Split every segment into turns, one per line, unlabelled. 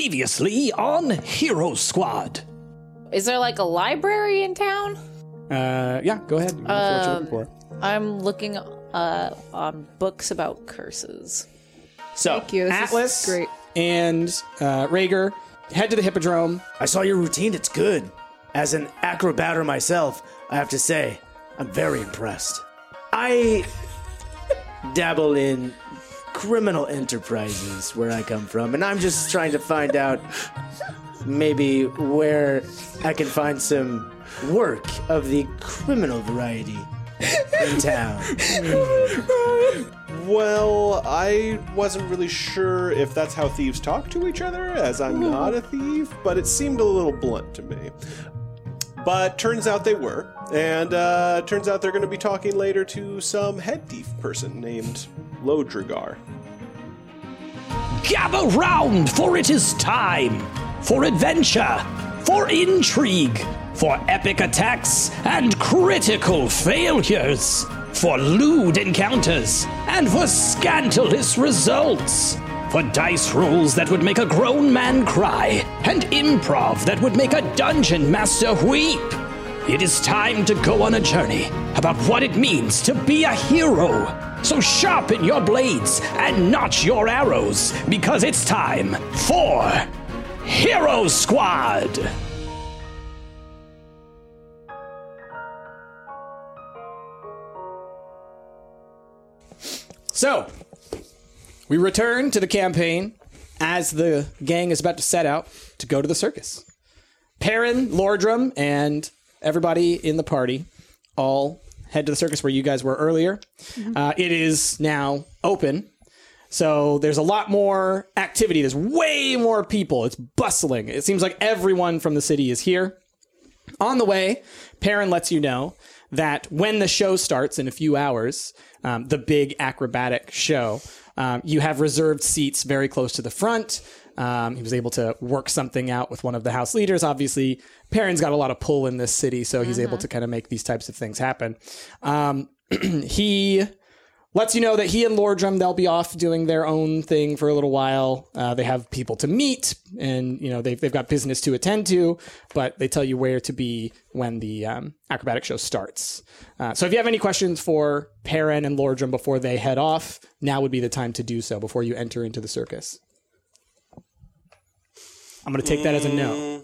Previously on Hero Squad.
Is there like a library in town?
Uh, yeah, go ahead. Roll for what you're looking for.
I'm looking uh, on books about curses.
So
Thank you, this is
Atlas
great.
and uh, Rager head to the Hippodrome.
I saw your routine, it's good. As an acrobatter myself, I have to say, I'm very impressed. I dabble in criminal enterprises where I come from, and I'm just trying to find out maybe where I can find some work of the criminal variety in town.
Well, I wasn't really sure if that's how thieves talk to each other, as I'm
Hmm.
not a thief, but it seemed a little blunt to me. But turns out they were, and uh, turns out they're going to be talking later to some head thief person named Lodrigar.
Gather round, for it is time for adventure, for intrigue, for epic attacks and critical failures, for lewd encounters and for scandalous results, for dice rolls that would make a grown man cry and improv that would make a dungeon master weep. It is time to go on a journey about what it means to be a hero. So sharpen your blades and notch your arrows because it's time for Hero Squad.
So we return to the campaign as the gang is about to set out to go to the circus. Perrin, Lordrum, and everybody in the party all head to the circus where you guys were earlier. Uh, it is now open. So there's a lot more activity. There's way more people. It's bustling. It seems like everyone from the city is here. On the way, Perrin lets you know that when the show starts in a few hours, um, the big acrobatic show, um, you have reserved seats very close to the front. Um, he was able to work something out with one of the house leaders. Obviously, Perrin's got a lot of pull in this city, so he's able to kind of make these types of things happen. Um, he lets you know that he and Lordrum they'll be off doing their own thing for a little while. Uh, they have people to meet, and you know they've they've got business to attend to, but they tell you where to be when the um, acrobatic show starts. Uh, so if you have any questions for Perrin and Lordrum before they head off, now would be the time to do so before you enter into the circus. I'm gonna take that as a
Mm.
no.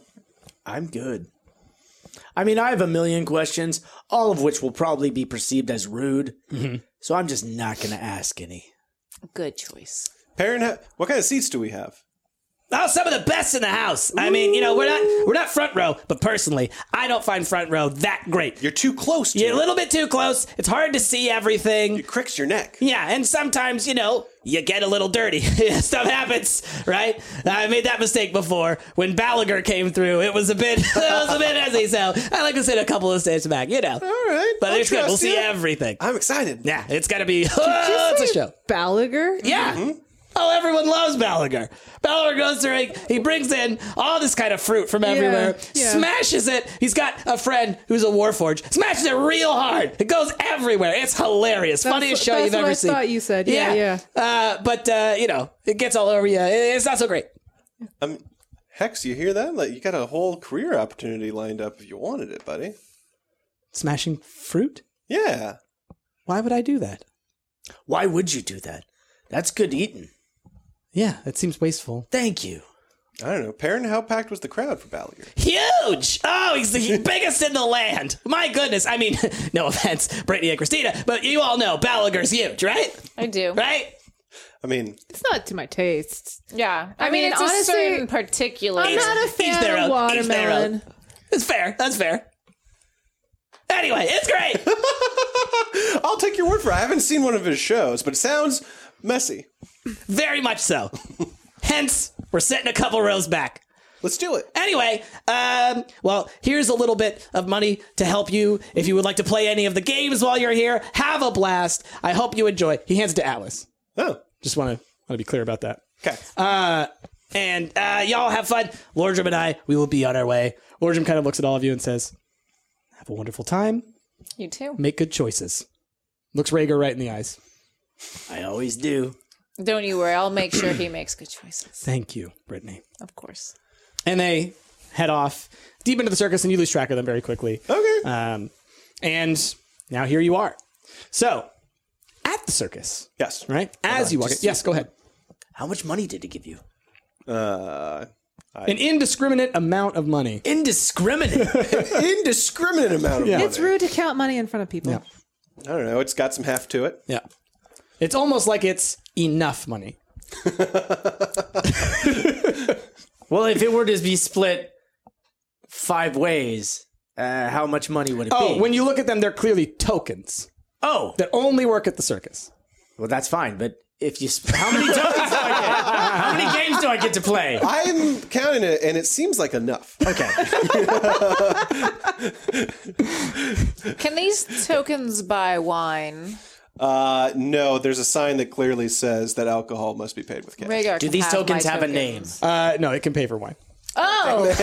I'm good. I mean, I have a million questions, all of which will probably be perceived as rude.
Mm-hmm.
So I'm just not going to ask any.
Good choice.
Perrin, ha- what kind of seats do we have?
Oh, some of the best in the house. I mean, you know, we're not we're not front row, but personally, I don't find front row that great.
You're too close to
You're a
it.
little bit too close. It's hard to see everything.
It cricks your neck.
Yeah, and sometimes, you know, you get a little dirty. Stuff happens, right? I made that mistake before when Balaguer came through. It was a bit, it was a bit messy. So I like to sit a couple of steps back, you know. All
right,
but
I
it's good.
trust
We'll see
you.
everything.
I'm excited.
yeah, it's gotta be. Oh, it's a show.
Balaguer?
Yeah. Oh, everyone loves Balaguer. Balaguer goes through, he brings in all this kind of fruit from everywhere,
yeah.
smashes it. He's got a friend who's a Warforge, smashes it real hard. It goes everywhere. It's hilarious. Funniest show
that's
you've
what
ever
I
seen.
thought you said. Yeah, yeah.
Uh, but, uh, you know, it gets all over you. It- It's not so great.
Um, Hex, you hear that? Like, you got a whole career opportunity lined up if you wanted it, buddy.
Smashing fruit?
Yeah.
Why would I do that?
Why would you do that? That's good eating.
Yeah, it seems wasteful.
Thank you.
I don't know. Perrin, how packed was the crowd for Ballier?
Huge! Oh, he's the biggest in the land. My goodness. I mean, no offense, Brittany and Christina, but you all know Balaguer's huge, right?
I do.
Right?
I mean,
It's not to my taste.
Yeah. I,
I
mean,
mean,
it's
honestly,
a certain particular.
I'm not a
each their
fan of
own, each their own.
watermelon.
It's fair. That's fair. Anyway, it's great.
I'll take your word for it. I haven't seen one of his shows, but it sounds messy.
Very much so. Hence, we're sitting a couple rows back.
Let's do it.
Anyway, um, well, here's a little bit of money to help you if you would like to play any of the games while you're here. Have a blast. I hope you enjoy. He hands it to Atlas.
Oh,
Just want to want to be clear about that.
okay.
And uh, y'all have fun. Lordrum and I, we will be on our way.
Lordrum kind of looks at all of you and says, "Have a wonderful time.
you too.
Make good choices." Looks Rager right in the eyes.
I always do.
Don't you worry. I'll make sure he makes good choices.
Thank you, Brittany.
Of course.
And they head off deep into the circus, and you lose track of them very quickly.
Okay.
Um, and now here you are. So at the circus,
yes.
right? As you walk, in, yes, go ahead.
How much money did he give you?
Uh,
An indiscriminate amount of money.
Indiscriminate.
indiscriminate amount of
Yeah.
money.
It's rude to count money in front of people.
Yeah.
I don't know. It's got some heft to it.
Yeah, it's almost like it's enough money.
well, if it were to be split five ways, uh, how much money would it
Oh,
be?
when you look at them, they're clearly tokens
oh,
that only work at the circus.
well, that's fine. But if you, sp- how many tokens do I get? How many games do I get to play?
I'm counting it, and it seems like enough.
Okay.
Can these tokens buy wine?
Uh, no, there's a sign that clearly says that alcohol must be paid with cash.
Rhaegar
Do
can
these
have
tokens
my
have a name?
tokens.
Uh, no, it can pay for wine.
Oh,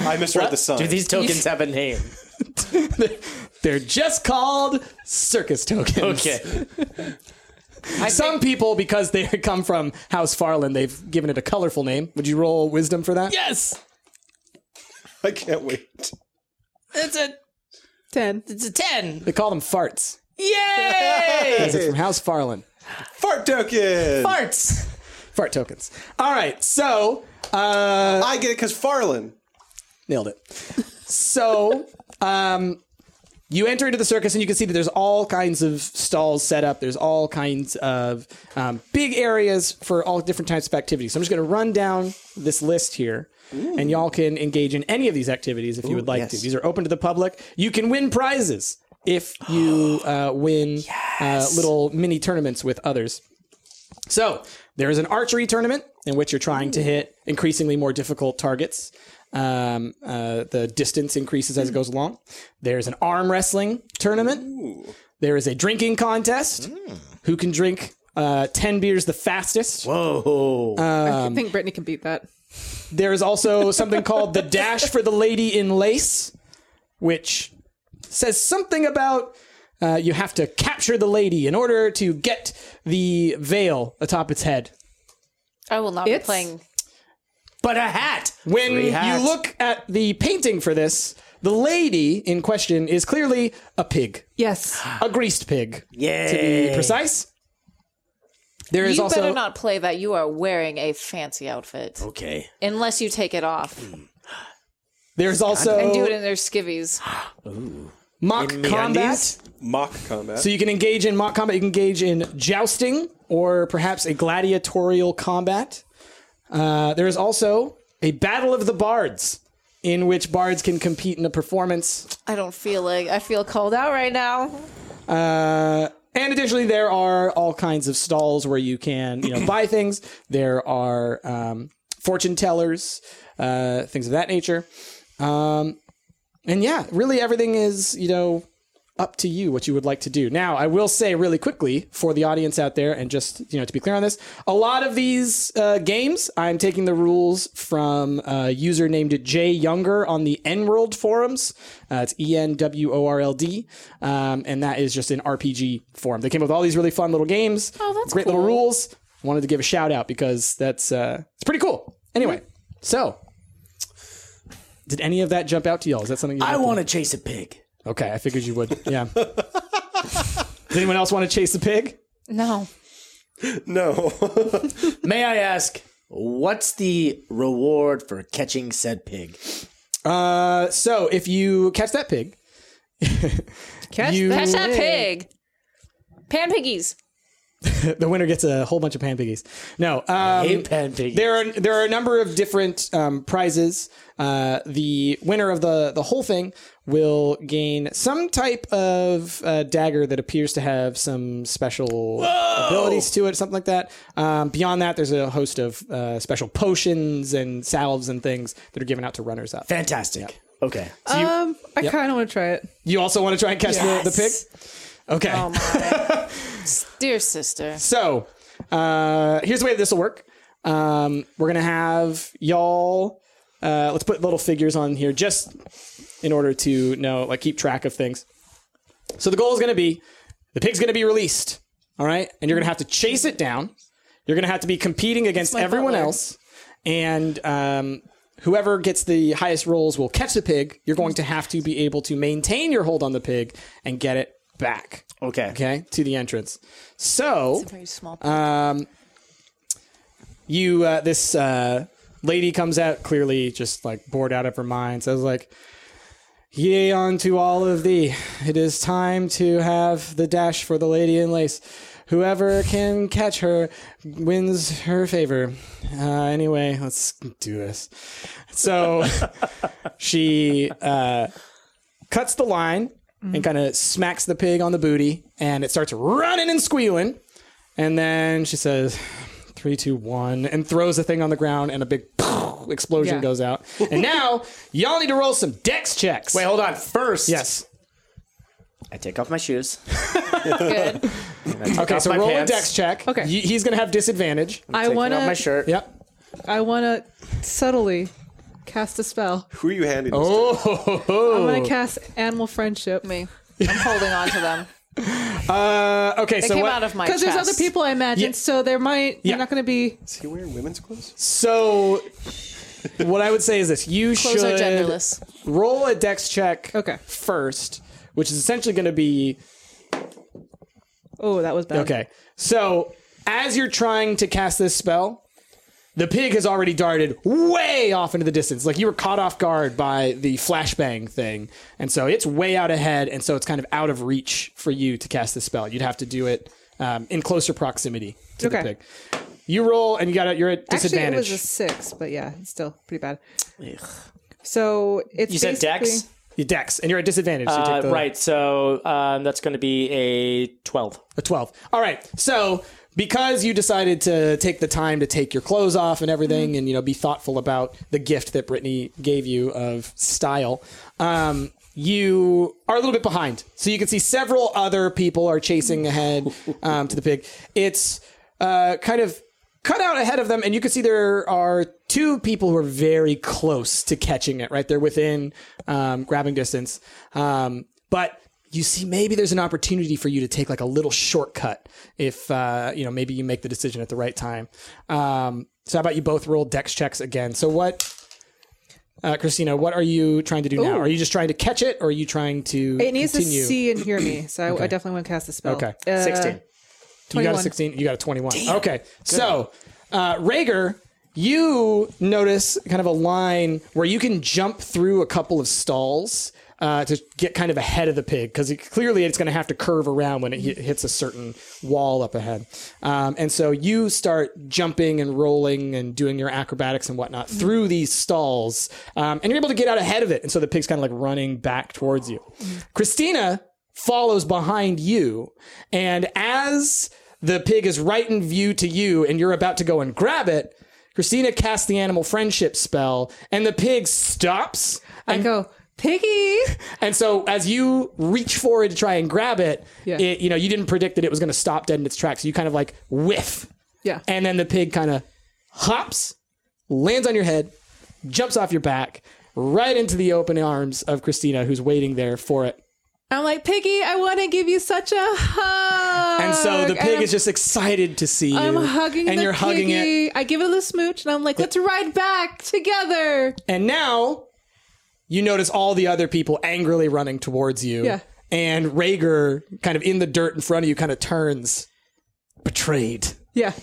I misread the sign.
Do these tokens have a name?
They're just called circus tokens.
Okay.
Some people, because they come from House Farland, they've given it a colorful name. Would you roll wisdom for that?
Yes.
I can't wait.
It's a
Ten.
it's a ten.
They call them farts.
Yay!
Is it from House Farland?
Fart token.
Farts.
Fart tokens. All right, so uh,
I get it because Farland.
nailed it. So um, you enter into the circus, and you can see that there's all kinds of stalls set up. There's all kinds of um, big areas for all different types of activities. So I'm just going to run down this list here. And y'all can engage in any of these activities if you would like to. These are open to the public. You can win prizes if you uh, win uh, little mini tournaments with others. So there is an archery tournament in which you're trying to hit increasingly more difficult targets. Um, uh, the distance increases as it goes along. There's an arm wrestling tournament. There is a drinking contest. Who can drink uh, 10 beers the fastest?
Whoa.
I think Brittany can beat that.
There is also something called the Dash for the Lady in Lace, which says something about uh, you have to capture the lady in order to get the veil atop its head.
I will not
It's-
be playing.
but a hat.
When
Three
you
hats.
look at the painting for this, the lady in question is clearly a pig,
Yes.
a greased pig, to be
Yay.
precise. There is
You
also
better not play that. You are wearing a fancy outfit,
Okay.
unless you take it off
there's also
and do it in their skivvies.
mock
in
combat.
meandies?
Mock combat.
So you can engage in mock combat. You can engage in jousting or perhaps a gladiatorial combat. Uh, there is also a battle of the bards, in which bards can compete in a performance
I don't feel like I feel called out right now.
Uh, and additionally, there are all kinds of stalls where you can you know buy things. There are um, fortune tellers, uh, things of that nature. Um, and yeah, really everything is you know up to you what you would like to do. Now, I will say really quickly for the audience out there, and just you know to be clear on this, a lot of these uh, games, I'm taking the rules from a user named Jay Younger on the N-World forums. Uh, it's E N W O R L D, um, and that is just an RPG forum. They came up with all these really fun little games,
Oh, that's
great little
cool.
rules. Wanted to give a shout out because that's uh, it's pretty cool.
Mm-hmm.
Anyway, so. Did any of that jump out to y'all? Is that something you
I want to chase a pig.
Okay, I figured you would. Yeah. Does anyone else want to chase the pig?
No,
no.
May I ask, what's the reward for catching said pig?
Uh, so if you catch that pig,
Catch
You-
that.
catch that pig. Pan piggies.
the winner gets a whole bunch of pan piggies. No, um,
Hey, pan pig.
there are there are a number of different um, prizes. Uh, the winner of the the whole thing will gain some type of uh, dagger that appears to have some special abilities to it, something like that. Um, beyond that, there's a host of uh, special potions and salves and things that are given out to runners up.
Fantastic. Uh, Okay.
Um, I kind of want to try it.
You also want to try and catch the, the pig? Okay.
Oh my dear sister.
So uh, here's the way this will work. Um, we're gonna have y'all. Uh, let's put little figures on here just in order to know, like, keep track of things. So the goal is gonna be the pig's gonna be released. All right, and you're gonna have to chase it down. You're going to have to be competing against
my
everyone
butler.
else, and um, whoever gets the highest rolls will catch the pig. You're going to have to be able to maintain your hold on the pig and get it back.
Okay.
Okay, to the entrance. So
Very small.
you uh, this uh, lady comes out clearly just like bored out of her mind says like yea unto all of thee it is time to have the dash for the lady in lace whoever can catch her wins her favor uh, anyway let's do this so she uh, cuts the line and kind of smacks the pig on the booty and it starts running and squealing and then she says, three, two, one, and throws the thing on the ground, and a big explosion
Yeah.
goes out. And now, y'all need to roll some dex checks.
Wait, hold on. First,
Yes.
I take off my shoes.
Good.
Okay,
off
so
my
roll
pants.
a dex check.
Okay.
Y- he's going to have disadvantage.
I
Taking
want
off my
to.
shirt.
Yep.
I want to subtly cast a spell.
Who are you handing this
Oh, ho, ho, ho.
I'm going to cast animal friendship.
me. I'm holding on to them.
Uh, okay,
They
so
came
what-
out of my
Because
chest.
there's other people, I imagine,
Yeah.
so there might.
Yeah.
They're not going to be.
to? Is he wearing women's clothes?
so what I would say is this: you
Clothes are
should
genderless.
roll a dex check.
Okay.
First, which is essentially going to be
Oh, that was bad.
Okay. So as you're trying to cast this spell, the pig has already darted way off into the distance. Like you were caught off guard by the flashbang thing. And so it's way out ahead. And so it's kind of out of reach for you to cast this spell. You'd have to do it um, in closer proximity to the
Okay.
pig. You roll and you got a, you're at
Actually, it
disadvantage.
was a six, but yeah, it's still pretty bad. So it's
You said Dex?
basically-
Your dex and you're at disadvantage. so you
Uh,
take the-
Right. So um, that's going to be a twelve.
A 12. All right. So, because you decided to take the time to take your clothes off and everything and, you know, be thoughtful about the gift that Brittany gave you of style, um, you are a little bit behind. So, you can see several other people are chasing ahead um, to the pig. It's uh, kind of cut out ahead of them, and you can see there are two people who are very close to catching it, right? They're within um, grabbing distance. Um, but you see, maybe there's an opportunity for you to take like a little shortcut if, uh, you know, maybe you make the decision at the right time. Um, so, how about you both roll dex checks again? So, what. Uh, Christina, what are you trying to do now? Are you just trying to catch it, or are you trying to
It needs
continue?
to see and hear me, so I- I, definitely want to cast the spell.
Okay.
Uh,
16.
You got a
21.
16. You got a 21. Okay. So, uh, Rager, you notice kind of a line where you can jump through a couple of stalls uh, to get kind of ahead of the pig because it, clearly it's going to have to curve around when it hi- hits a certain wall up ahead. Um, and so you start jumping and rolling and doing your acrobatics and whatnot through these stalls. Um, and you're able to get out ahead of it. And so the pig's kind of like running back towards you. Christina follows behind you. And as the pig is right in view to you and you're about to go and grab it, Christina casts the animal friendship spell and the pig stops.
I go, Piggy!
And so as you reach forward to try and grab it,
Yeah.
it you know, you didn't predict that it was going to stop dead in its tracks. You kind of like whiff.
Yeah.
And then the pig kind of hops, lands on your head, jumps off your back, right into the open arms of Christina who's waiting there for it.
I'm like, Piggy, I want to give you such a hug!
And so the
And
pig
I'm-
is just excited to see you.
I'm hugging
and
the
you're hugging it.
piggy. I give it a little smooch, and I'm like, let's ride back together.
And now you notice all the other people angrily running towards you.
Yeah.
And Rager, kind of in the dirt in front of you, kind of turns betrayed.
Yeah.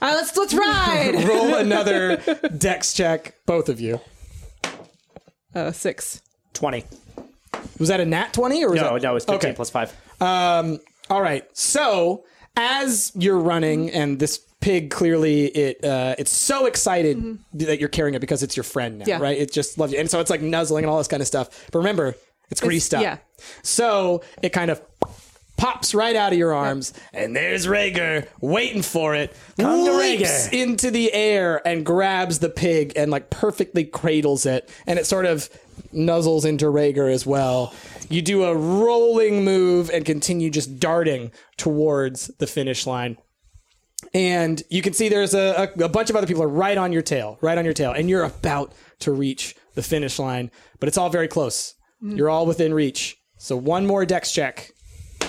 Uh, let's let's ride.
Roll another dex check, both of you.
uh, six.
Twenty.
Was that a nat 20 or was
No,
that-
no, it's fifteen
Okay.
plus five.
All right. So as you're running, and this pig clearly it uh, it's so excited that you're carrying it because it's your friend now,
Mm-hmm. Yeah.
right? It just loves you, and so it's like nuzzling and all this kind of stuff. But remember, it's greased up,
yeah.
So it kind of pops right out of your arms, and there's Rager waiting for it.
Come to
leaps
Rager.
into the air and grabs the pig and like perfectly cradles it, and it sort of nuzzles into Rager as well. You do a rolling move and continue just darting towards the finish line. And you can see there's a, a, a bunch of other people are right on your tail, right on your tail, and you're about to reach the finish line, but it's all very close. You're all within reach. So one more dex check.
Uh,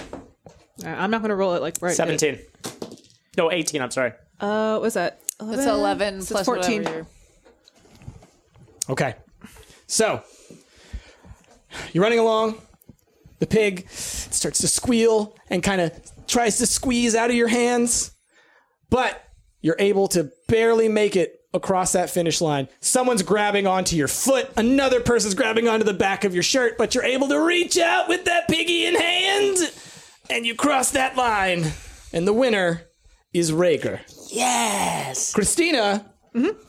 I'm not gonna roll it like right.
Seventeen. No, eighteen. I'm sorry.
Uh, what was that?
That's 11
So
plus
it's 14.
whatever your-
Okay. So you're running along. The pig starts to squeal and kind of tries to squeeze out of your hands, but you're able to barely make it across that finish line. Someone's grabbing onto your foot, another person's grabbing onto the back of your shirt, but you're able to reach out with that piggy in hand and you cross that line. And the winner is Rager. Yes. Christina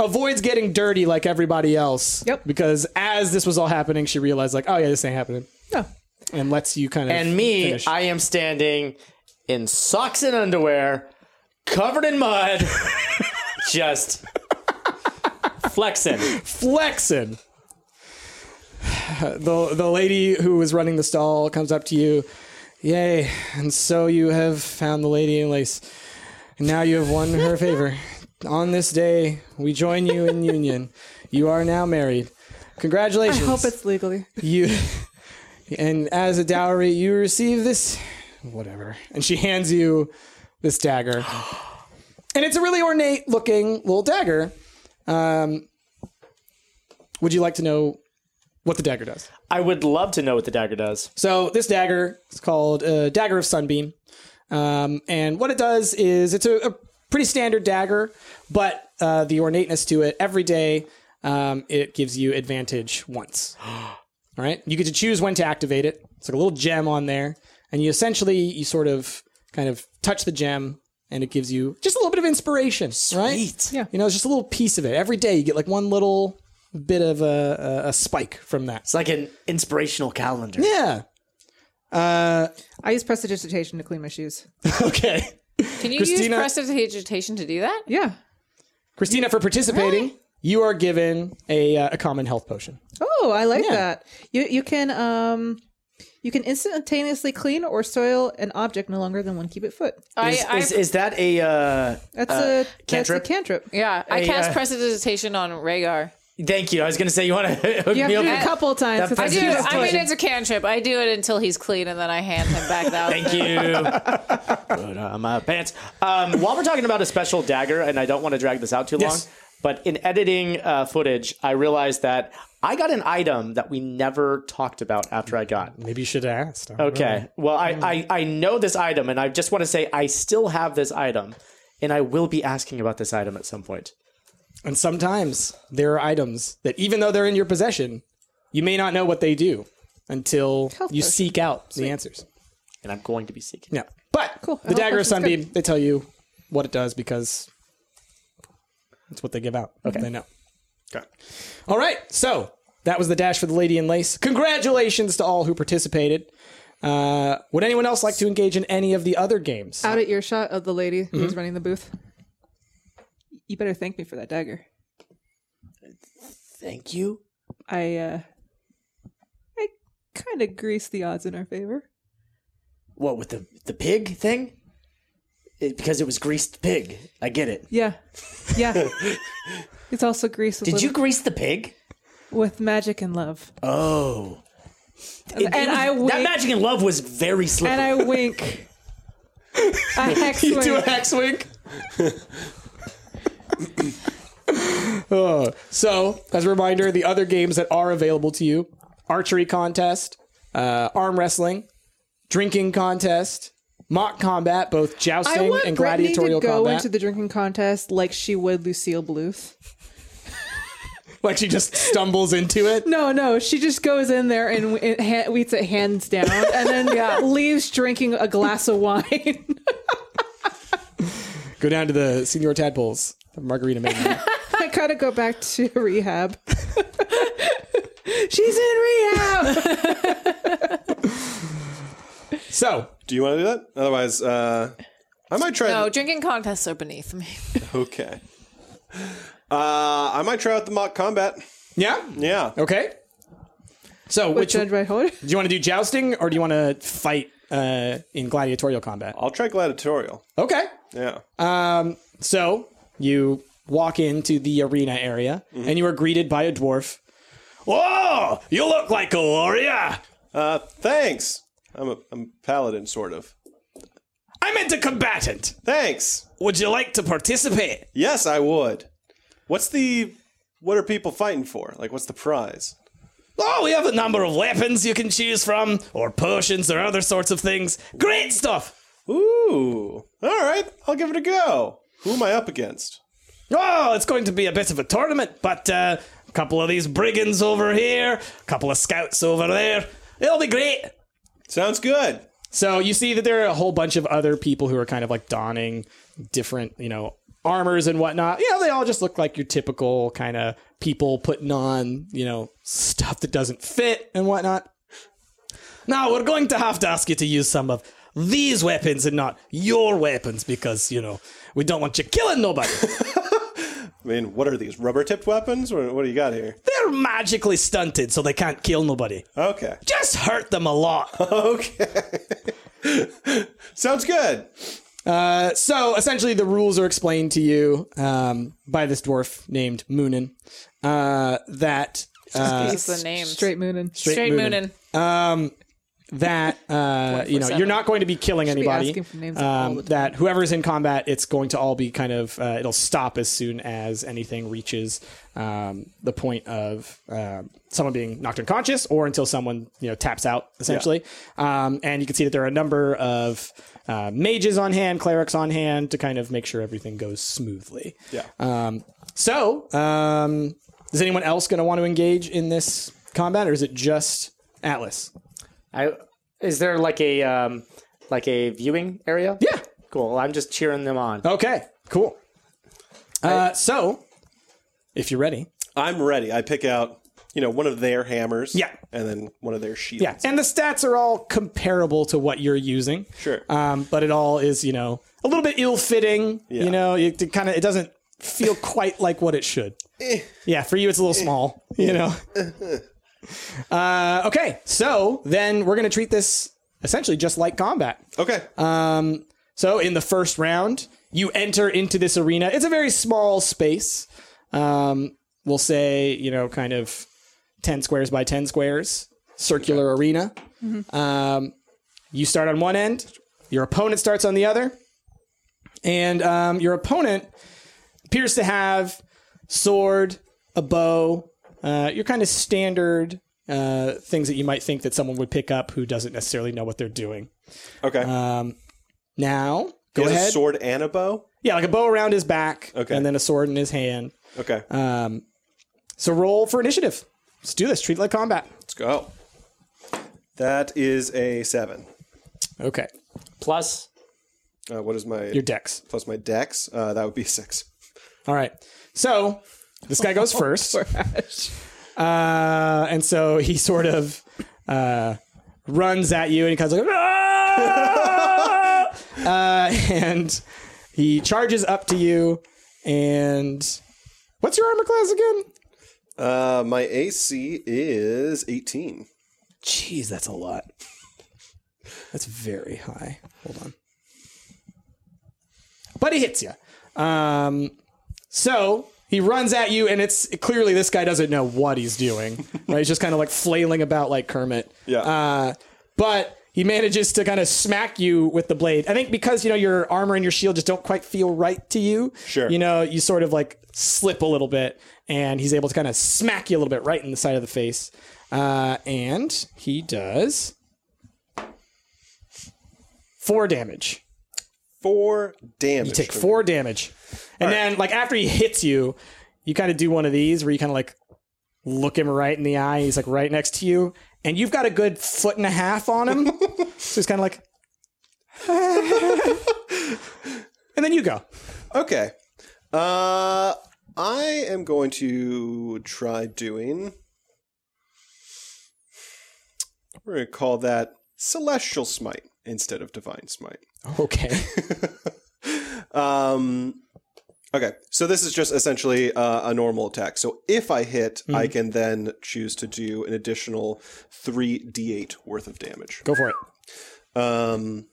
avoids getting dirty like everybody else.
Yep.
Because as this was all happening, she realized like, oh yeah, this ain't happening,
No.
and lets you kind of
And me,
finish.
I am standing in socks and underwear, covered in mud, just flexing.
flexing. The the lady who was running the stall comes up to you, yay! And so you have found the lady in lace. Now you have won her favor. On this day, we join you in union. You are now married.
I
Congratulations.
hope it's legally.
you and as a dowry you receive this whatever and she hands you this dagger and it's a really ornate looking little dagger um, would you like to know what the dagger does
I would love to know what the dagger does.
so this dagger is called uh, Dagger of Sunbeam, um, and what it does is it's a, a pretty standard dagger, but uh, the ornateness to it every day um, it gives you advantage once. All right, you get to choose when to activate it. It's like a little gem on there, and you essentially you sort of kind of touch the gem. And it gives you just a little bit of inspiration, right?
Yeah.
you know, it's just a little piece of it. Every day, you get like one little bit of a, a, a spike from that.
It's like an inspirational calendar.
Yeah. Uh,
I use prestidigitation to clean my shoes.
Okay.
Can you
Christina-
use prestidigitation to do that?
Yeah.
Christina, for participating, you are given a, uh, a common health potion.
Oh, I like
Yeah.
that. You you can um you can instantaneously clean or soil an object no longer than one cubit foot.
Is,
I,
is,
I
is that a uh,
That's a
cantrip?
That's a cantrip.
yeah, I
a,
cast
uh,
prestidigitation on Rhaegar.
Thank you. I was gonna say you want to hook
You have
me
to
up.
do it a couple of times.
That
'cause
I
I
it's
do.
a huge
I mean,
portion.
it's a cantrip. I do it until he's clean, and then I hand him back that.
Thank you. Put on my pants. Um, while we're talking about a special dagger, and I don't want to drag this out too
Yes.
long, but in editing uh, footage, I realized that I got an item that we never talked about after I got.
Maybe you should have asked.
Okay. Well, I, I, I know this item, and I just want to say I still have this item, and I will be asking about this item at some point.
And sometimes there are items that, even though they're in your possession, you may not know what they do until
Health
you
potion.
seek out the answers.
And I'm going to be seeking.
Yeah. But
Cool.
the
Health
dagger of
potion's
sunbeam, they tell you what it does because it's what they give out. Okay. They know.
Okay.
All right. So that was the dash for the lady in lace. Congratulations to all who participated. Uh, would anyone else like to engage in any of the other games?
out of earshot of the lady
Mm-hmm.
who's running the booth. You better thank me for that dagger.
Thank you.
I uh I kind of greased the odds in our favor.
What with the the pig thing? It, because it was greased pig. I get it.
Yeah. Yeah. it's also greased with,
Did you
little-
grease the pig?
with magic and love.
Oh.
and I wink
That magic and love was very slow.
and I wink. I hex wink.
do a hex wink. Oh, so, as a reminder, the other games that are available to you archery contest, uh, arm wrestling, drinking contest, mock combat, both
I
jousting
want
and
Brittany
gladiatorial
to go
combat.
into the drinking contest like she would Lucille Bluth.
like she just stumbles into it.
No, no, she just goes in there and w- it ha- eats it hands down, and then leaves drinking a glass of wine.
Go down to the senior tadpoles. Margarita made
I gotta go back to rehab. She's in rehab.
So,
Do you want to do that? Otherwise, uh, I might try.
No, drinking contests are beneath me.
Okay. Uh, I might try out the mock combat.
yeah?
Yeah.
Okay. So, which
Judge by hold.
do you want to do jousting or do you want to fight uh, in gladiatorial combat?
I'll try gladiatorial.
Okay.
Yeah.
Um, so you walk into the arena area and you are greeted by a dwarf. Whoa! Oh, You look like a warrior.
Uh, thanks. I'm a I'm a paladin, sort of.
I meant a combatant.
Thanks.
Would you like to participate?
Yes, I would. What's the. What are people fighting for? Like, what's the prize?
Oh, we have a number of weapons you can choose from, or potions, or other sorts of things. Great stuff.
Ooh. All right, I'll give it a go. Who am I up against?
Oh, it's going to be a bit of a tournament, but uh, a couple of these brigands over here, a couple of scouts over there. It'll be great.
Sounds good.
So you see that there are a whole bunch of other people who are kind of like donning different, you know, armors and whatnot. You know, they all just look like your typical kind of people putting on, you know, stuff that doesn't fit and whatnot. Now we're going to have to ask you to use some of these weapons and not your weapons because, you know, we don't want you killing nobody.
I mean, what are these rubber tipped weapons? What, what do you got here?
They're magically stunted so they can't kill nobody.
Okay.
Just hurt them a lot.
Okay. Sounds good.
Uh, so essentially, the rules are explained to you um, by this dwarf named Moonin. Uh, that
This is the name.
Uh, Straight moonin.
Straight
Straight
Moonin.
Moonin.
that uh, you know you're not going to be killing
be
anybody.
asking for names all
um,
the
that whoever's in combat, it's going to all be kind of uh, it'll stop as soon as anything reaches um, the point of um someone being knocked unconscious or until someone you know taps out essentially. Um, and you can see that there are a number of uh, mages on hand, clerics on hand to kind of make sure everything goes smoothly.
Yeah.
Um, so, um, is anyone else going to want to engage in this combat, or is it just Atlas?
I is there like a um, like a viewing area?
Yeah.
Cool. I'm just cheering them on.
Okay, cool. Uh, so, if you're ready,
I'm ready. I pick out, you know, one of their hammers.
Yeah.
And then one of their shields.
yeah, and the stats are all comparable to what you're using.
Sure.
um, but it all is you know a little bit ill-fitting.
Yeah.
You know, it, kind of it doesn't feel quite like what it should. yeah, for you it's a little small. You know. uh, okay, so then we're gonna treat this essentially just like combat.
Okay.
Uh, So in the first round, you enter into this arena. It's a very small space. Um, we'll say, you know, kind of 10 squares by 10 squares, circular arena.
Mm-hmm.
Um, you start on one end, your opponent starts on the other. And um, your opponent appears to have sword, a bow, uh, your kind of standard uh, things that you might think that someone would pick up who doesn't necessarily know what they're doing.
okay.
uh, Now,
he
go
has
ahead.
a sword and a bow.
Yeah, like a bow around his back,
Okay.
and then a sword in his hand.
Okay.
Uh, So roll for initiative. Let's do this. Treat it like combat.
Let's go. That is a seven.
Okay.
Plus,
Uh, what is my
Your dex.
plus my dex? Uh, that would be six.
All right. So this guy goes first. Uh, and so he sort of uh, runs at you and he comes like, "Ah!" uh, and he charges up to you. And what's your armor class again?
Uh, my AC is eighteen.
Jeez, that's a lot. That's very high. Hold on. But he hits you. Um, so he runs at you, and it's clearly this guy doesn't know what he's doing. right? He's just kind of like flailing about like Kermit.
Yeah.
Uh, but he manages to kind of smack you with the blade. I think because you know your armor and your shield just don't quite feel right to you.
Sure.
You know, you sort of like slip a little bit, and he's able to kind of smack you a little bit right in the side of the face. Uh, and he does four damage
Four damage.
take four damage. And then like after he hits you, you kind of do one of these where you kind of like look him right in the eye. He's like right next to you, and you've got a good foot and a half on him. so he's kind of like, and then you go.
Okay. Uh, I am going to try doing. We're going to call that Celestial Smite instead of Divine Smite.
Okay.
Um, okay, so this is just essentially uh, a normal attack. So if I hit,
Mm-hmm.
I can then choose to do an additional 3d8 worth of damage.
go for it.
Um,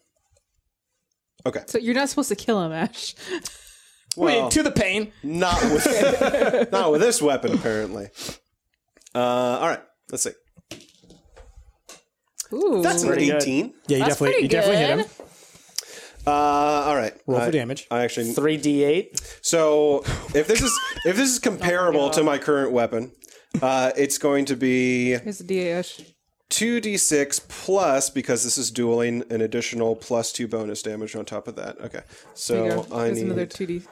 okay.
So you're not supposed to kill him, Ash.
I
Well,
mean, to the pain.
not with not with this weapon apparently. Uh, all right, let's see.
Ooh.
That's an
Pretty good.
18.
Yeah, you
That's
definitely
pretty
you definitely hit
good.
him.
Uh, all right.
Roll for
I-
damage.
I actually
Three D eight.
So if this is if this is
Oh
comparable to my current weapon, uh, it's going to be
Here's the DAH.
two d six plus because this is dueling an additional plus two bonus damage on top of that. Okay,
There you
so
go.
I
There's
need
another 2D.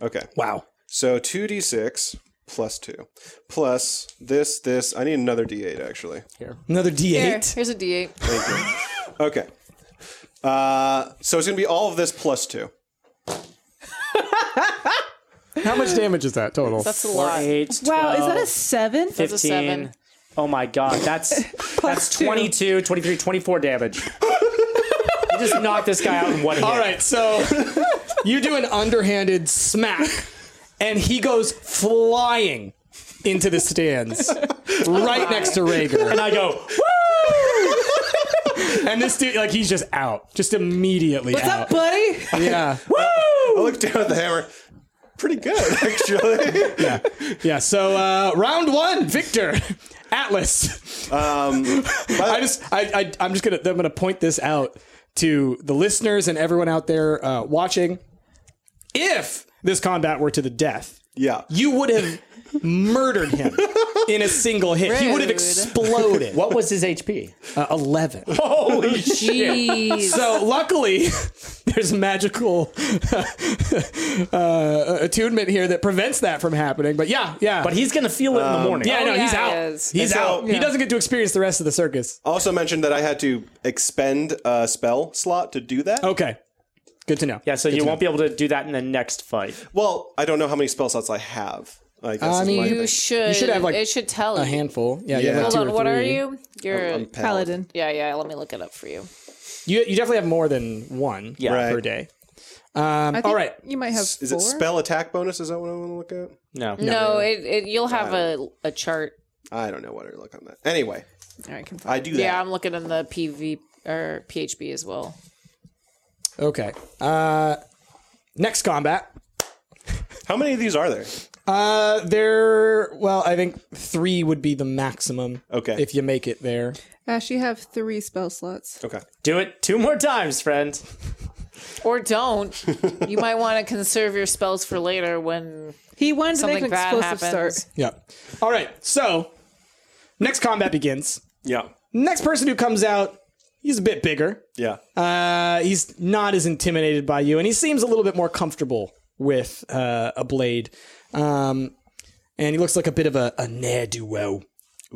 okay.
Wow.
So two d six plus two plus this this. I need another d eight actually.
Another
Here,
D8.
here's a D8.
Okay, uh, so it's gonna be all of this plus two.
How much damage is that total?
That's a lot.
Eight.
Wow, is that a
12,
seven?
That's a seven.
15. Oh my god, that's that's 22, 23, 24 damage. you just knocked this guy out in one hit.
All right, so you do an underhanded smack, and he goes flying into the stands right next to Rager.
And I go,
And this dude, like, he's just out, just immediately
What's
out.
up, buddy?
yeah,
I look down at the hammer. Pretty good actually.
yeah. So uh, round one, Victor, Atlas.
Um,
I just, I, I, I'm just gonna, I'm gonna point this out to the listeners and everyone out there uh, watching. If this combat were to the death,
yeah.
you would have murdered him in a single hit. He would
Rude.
have exploded.
what was his HP?
Uh, Eleven.
Holy shit.
Jeez.
So luckily, there's magical uh, attunement here that prevents that from happening. But yeah, yeah.
But he's gonna feel it in the morning.
yeah,
Oh,
no, he's
yeah,
out.
he is.
He's
So-
out. He
Yeah.
doesn't get to experience the rest of the circus.
Also mentioned that I had to expend a spell slot to do that.
Okay, good to know.
Yeah, so you won't be able to do that in the next fight.
Well, I don't know how many spell slots I have. I
Uh,
guess
I
is
mean,
my
you
thing.
should.
You should have, like,
it should tell
a
you.
handful. Yeah, you Oh, um, have
Yeah.
Hold
like two
on.
or
What are
three.
you? You're.
I'm pal.
Paladin.
yeah, yeah. Let me look it up for you.
You, you definitely have more than one
Right.
per day. Um,
I think
all right.
You might have
Is
four.
it spell attack bonus? Is that what I want to look at?
No.
No, it, it. You'll have a a chart.
I don't know what I look on that. Anyway,
All right, confirm.
I do that.
Yeah, I'm looking in the PV or PHB as well.
Okay. Uh, next combat.
how many of these are there?
Uh, there. Well, I think three would be the maximum.
Okay.
If you make it there.
Ash, you have three spell slots.
Okay.
Do it two more times, friend.
Or don't. you might want to conserve your spells for later when
He wanted to make
something
an
bad
explosive
happens.
start.
Yeah. All right. So, next combat begins.
Yeah.
Next person who comes out, he's a bit bigger.
Yeah.
Uh, he's not as intimidated by you, and he seems a little bit more comfortable with uh, a blade. Um, and he looks like a bit of a, a ne'er do well.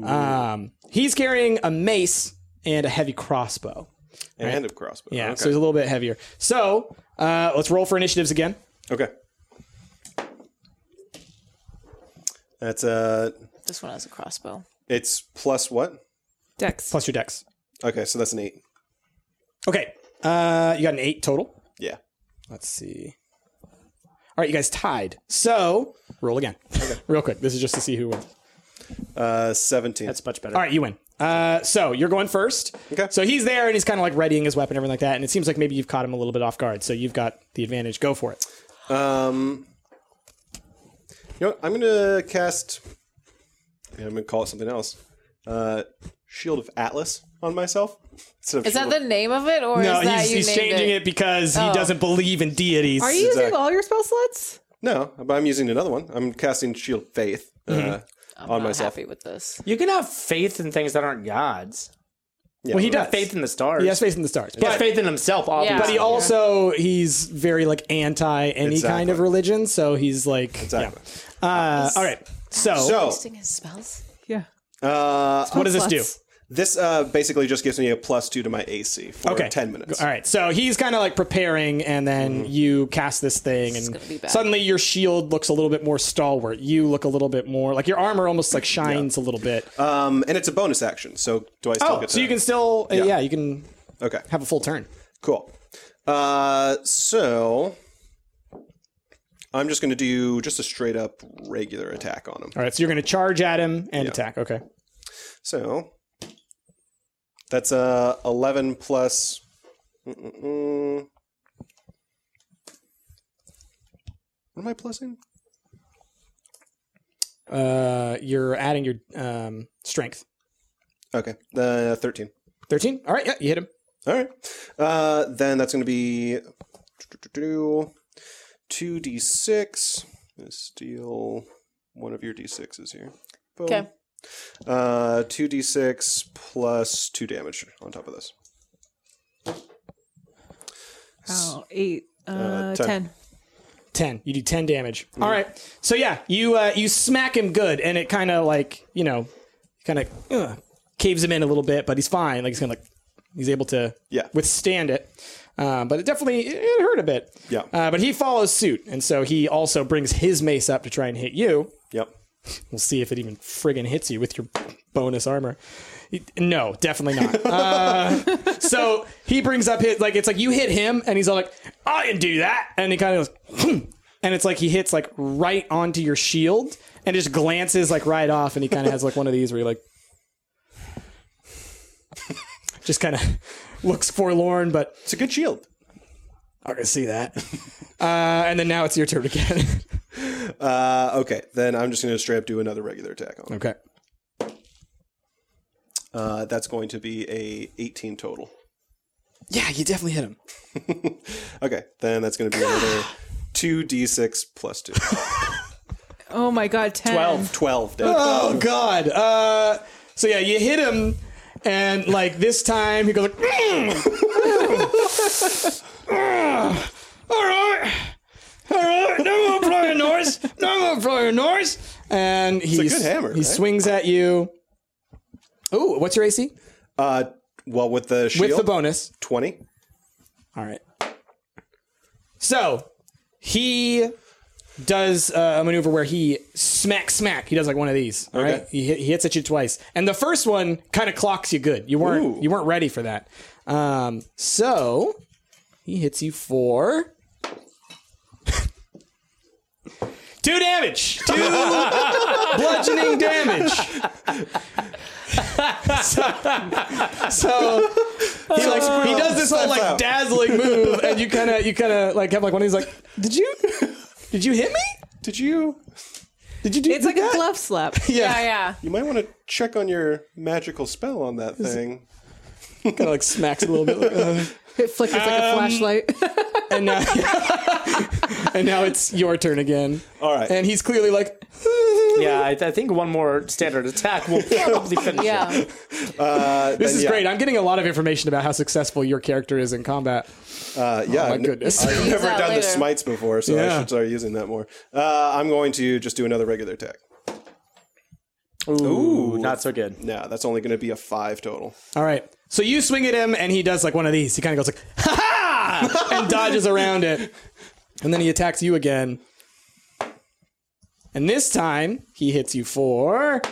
Um, he's carrying a mace and a heavy crossbow.
and end of crossbow.
Yeah,
Okay.
so he's a little bit heavier. So uh, let's roll for initiatives again.
okay. That's uh
This one has a crossbow.
it's plus what?
Dex.
Plus your dex.
Okay, so that's an eight.
Okay. Uh, you got an eight total.
Yeah.
Let's see. All right, you guys tied. So roll again, real quick. This is just to see who wins.
Uh seventeen.
That's much better.
All right, you win. Uh, so you're going first.
Okay.
So he's there and he's kind of like readying his weapon, everything like that. And it seems like maybe you've caught him a little bit off guard. So you've got the advantage. Go for it.
Um, you know, what? I'm gonna cast. Yeah, I'm gonna call it something else. Uh, Shield of Atlas on myself. Instead of
Is that
Shield
the
of-
name of it, or
No,
is that
he's,
you
he's
named
changing it,
it?
because he doesn't believe in deities.
Are you
Exact-
using all your spell slots?
no? But I'm using another one. I'm casting Shield of Faith uh, on
Mm-hmm. I'm not
myself.
happy with this.
You can have faith in things that aren't gods.
Yeah,
Well, he
but-
does.
Faith in the stars.
He has faith in the stars.
He has
But,
faith in himself, obviously.
but he also he's very like anti any kind
Exactly.
of religion. So he's like
Exactly.
yeah. Uh, all right. So,
So
Listing his spells.
Yeah.
uh,
what does this do?
Plus.
this uh, basically just gives me a plus two to my AC for
Okay.
ten minutes. Mm-hmm.
All right. So he's kind of like preparing, and then you cast this thing,
gonna be
and
bad.
suddenly your shield looks a little bit more stalwart. You look a little bit more like your armor almost like shines a little bit.
Um, and it's a bonus action. So do I still
oh,
get?
so
to-
you can still uh, yeah. you can
Okay.
have a full turn.
Cool. Uh, so I'm just going to do just a straight up regular attack on him.
All right. So you're going to charge at him and attack. Okay.
So that's uh 11 plus. Mm-mm-mm. What am I plusing?
Uh, you're adding your um strength.
Okay, uh, 13.
Thirteen. All right. Yeah, you hit him.
All right. Uh, then that's going to be 2d6. Let's steal one of your d6s here. Boom.
Okay.
Uh, 2d6 plus 2 damage on top of this.
Oh, eight. Uh,
ten.
ten.
10 you do 10 damage all right so yeah you uh, you smack him good and it kind of like you know kind of uh, caves him in a little bit but he's fine like he's gonna like he's able to
Yeah.
withstand it uh, but it definitely it, it hurt a bit
Yeah.
uh, but he follows suit and so he also brings his mace up to try and hit you
Yep.
We'll see if it even friggin' hits you with your bonus armor. No, definitely not. uh, so he brings up his like it's like you hit him and he's all like, I didn't do that, and he kind of goes, "Hmm." and it's like he hits like right onto your shield and just glances like right off, and he kind of has like one of these where he like just kind of looks forlorn, but
It's a good shield.
I can see that. Uh, and then now it's your turn again.
Uh, okay. Then I'm just going to straight up do another regular attack on him.
okay,
Uh, that's going to be a 18 total.
yeah, you definitely hit him.
Okay. Then that's going to be another 2d6 plus 2.
Oh my god, ten.
12 damage.
Oh God. Uh, so yeah, you hit him, and like this time he goes like, "Mm. Ah, all right, all right, no more blowing noise, no more blowing noise, and he's
good hammer,
He
right?
swings at you. Ooh, what's your AC
Uh, well, with the shield.
with the bonus?
20.
All right. So he does uh, a maneuver where he smack smack. He does like one of these. All right.
Okay.
He, hit, he hits at you twice, and the first one kind of clocks you good. You weren't
Ooh.
you weren't ready for that. Um, so he hits you for. Two damage, two bludgeoning damage. So he like he does this whole like dazzling move, and you kind of you kind of like have like one. of these like, did you did you hit me?
Did you?
Did you do?
It's like
that?
a glove slap.
Yeah, yeah.
You might want to check on your magical spell on that thing.
Kind of like smacks a little bit, like, uh,
It flickers like
Um,
a flashlight.
and now and now it's your turn again.
All right.
and he's clearly like,
Yeah, I, I think one more standard attack will probably finish. it.
Yeah.
this is
yeah.
great. I'm getting a lot of information about how successful your character is in combat.
Uh, yeah,
oh My
I've-
goodness.
I've never
that
done the
later.
smites before, so I
Yeah.
should start using that more. Uh, I'm going to just do another regular attack.
Ooh, not so good.
No, that's only going to be a five total.
All right. So you swing at him, and he does like one of these. He kind of goes like, ha ha, and dodges around it, and then he attacks you again. And this time he hits you for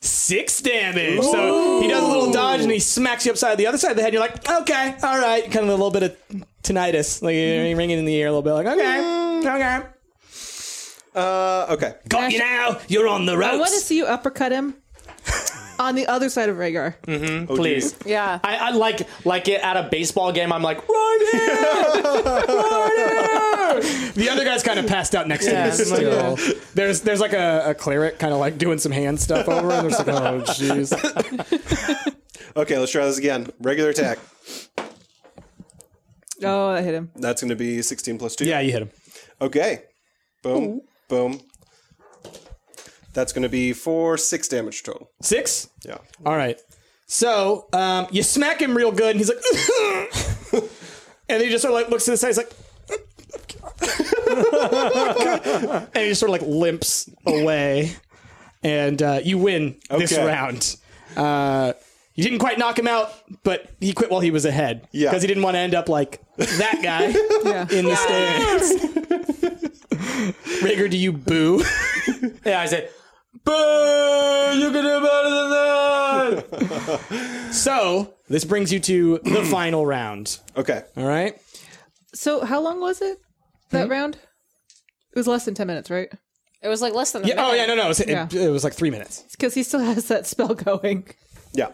six damage. So he does a little dodge, and he smacks you upside the other side of the head. You're like, okay, all right, kind of a little bit of tinnitus, like you're ringing in the ear a little bit, like okay, okay,
Uh, okay.
got you now. You're on the
I want to
ropes.
see you uppercut him on the other side of Rhaegar.
Mm.
Please.
Yeah.
I, I like like it at a baseball game. I'm like, run here!
The other guy's kind of passed out next
Yeah.
to me. Still. There's there's like a, a cleric kind of like doing some hand stuff over, and there's like, oh jeez.
Okay, let's try this again. Regular attack.
Oh, I hit him.
That's going to be 16 plus 2.
Yeah, you hit him.
Okay. Boom. Boom. That's going to be four, six damage total.
Six.
Yeah.
All right. So um, you smack him real good, and he's like, and he just sort of like looks to the side. He's like, and he just sort of like limps away, and uh, you win this
Okay.
round. Uh, you didn't quite knock him out, but he quit while he was ahead.
Yeah.
because he didn't want to end up like that guy
Yeah.
in the stands. Rager, do you boo?
Yeah, I say, boo! You can do better than that.
so this brings you to the final round.
Okay.
All right.
So how long was it?
Hmm?
That round? It was less than ten minutes, right?
It was like less than a
Yeah, oh
minute.
yeah, no, no. It was, it-
Yeah.
it, was like three minutes.
It's because he still has that spell going.
Yeah.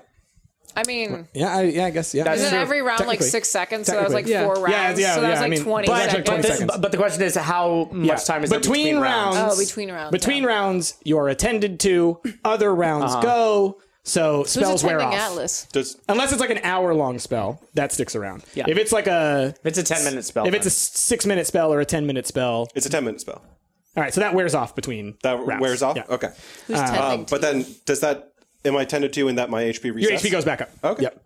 I mean,
Yeah, I, yeah, I guess. Yeah,
isn't every round like
Technically.
six seconds? So that was like
Technically.
four
Yeah. Yeah,
rounds.
yeah,
so that
yeah,
was
I
like
mean,
20
but-
seconds.
but
This, but, but the question is, how much time is there
between, rounds?
Oh, between rounds,
Between
yeah.
Uh-huh.
rounds, you are attended to. Other rounds go. So spells wear off.
attending Atlas?
Does
Unless it's like an hour long spell, that sticks around.
Yeah.
If it's like a
If it's a 10 minute spell.
if it's a six minute spell or a ten minute spell,
it's a ten minute spell
all right. So that wears off between
that
rounds.
wears off?
Yeah.
Okay,
Who's tending
um, but then does that? Am I tended to in that my HP resets?
Your HP goes back up.
Okay.
Yep.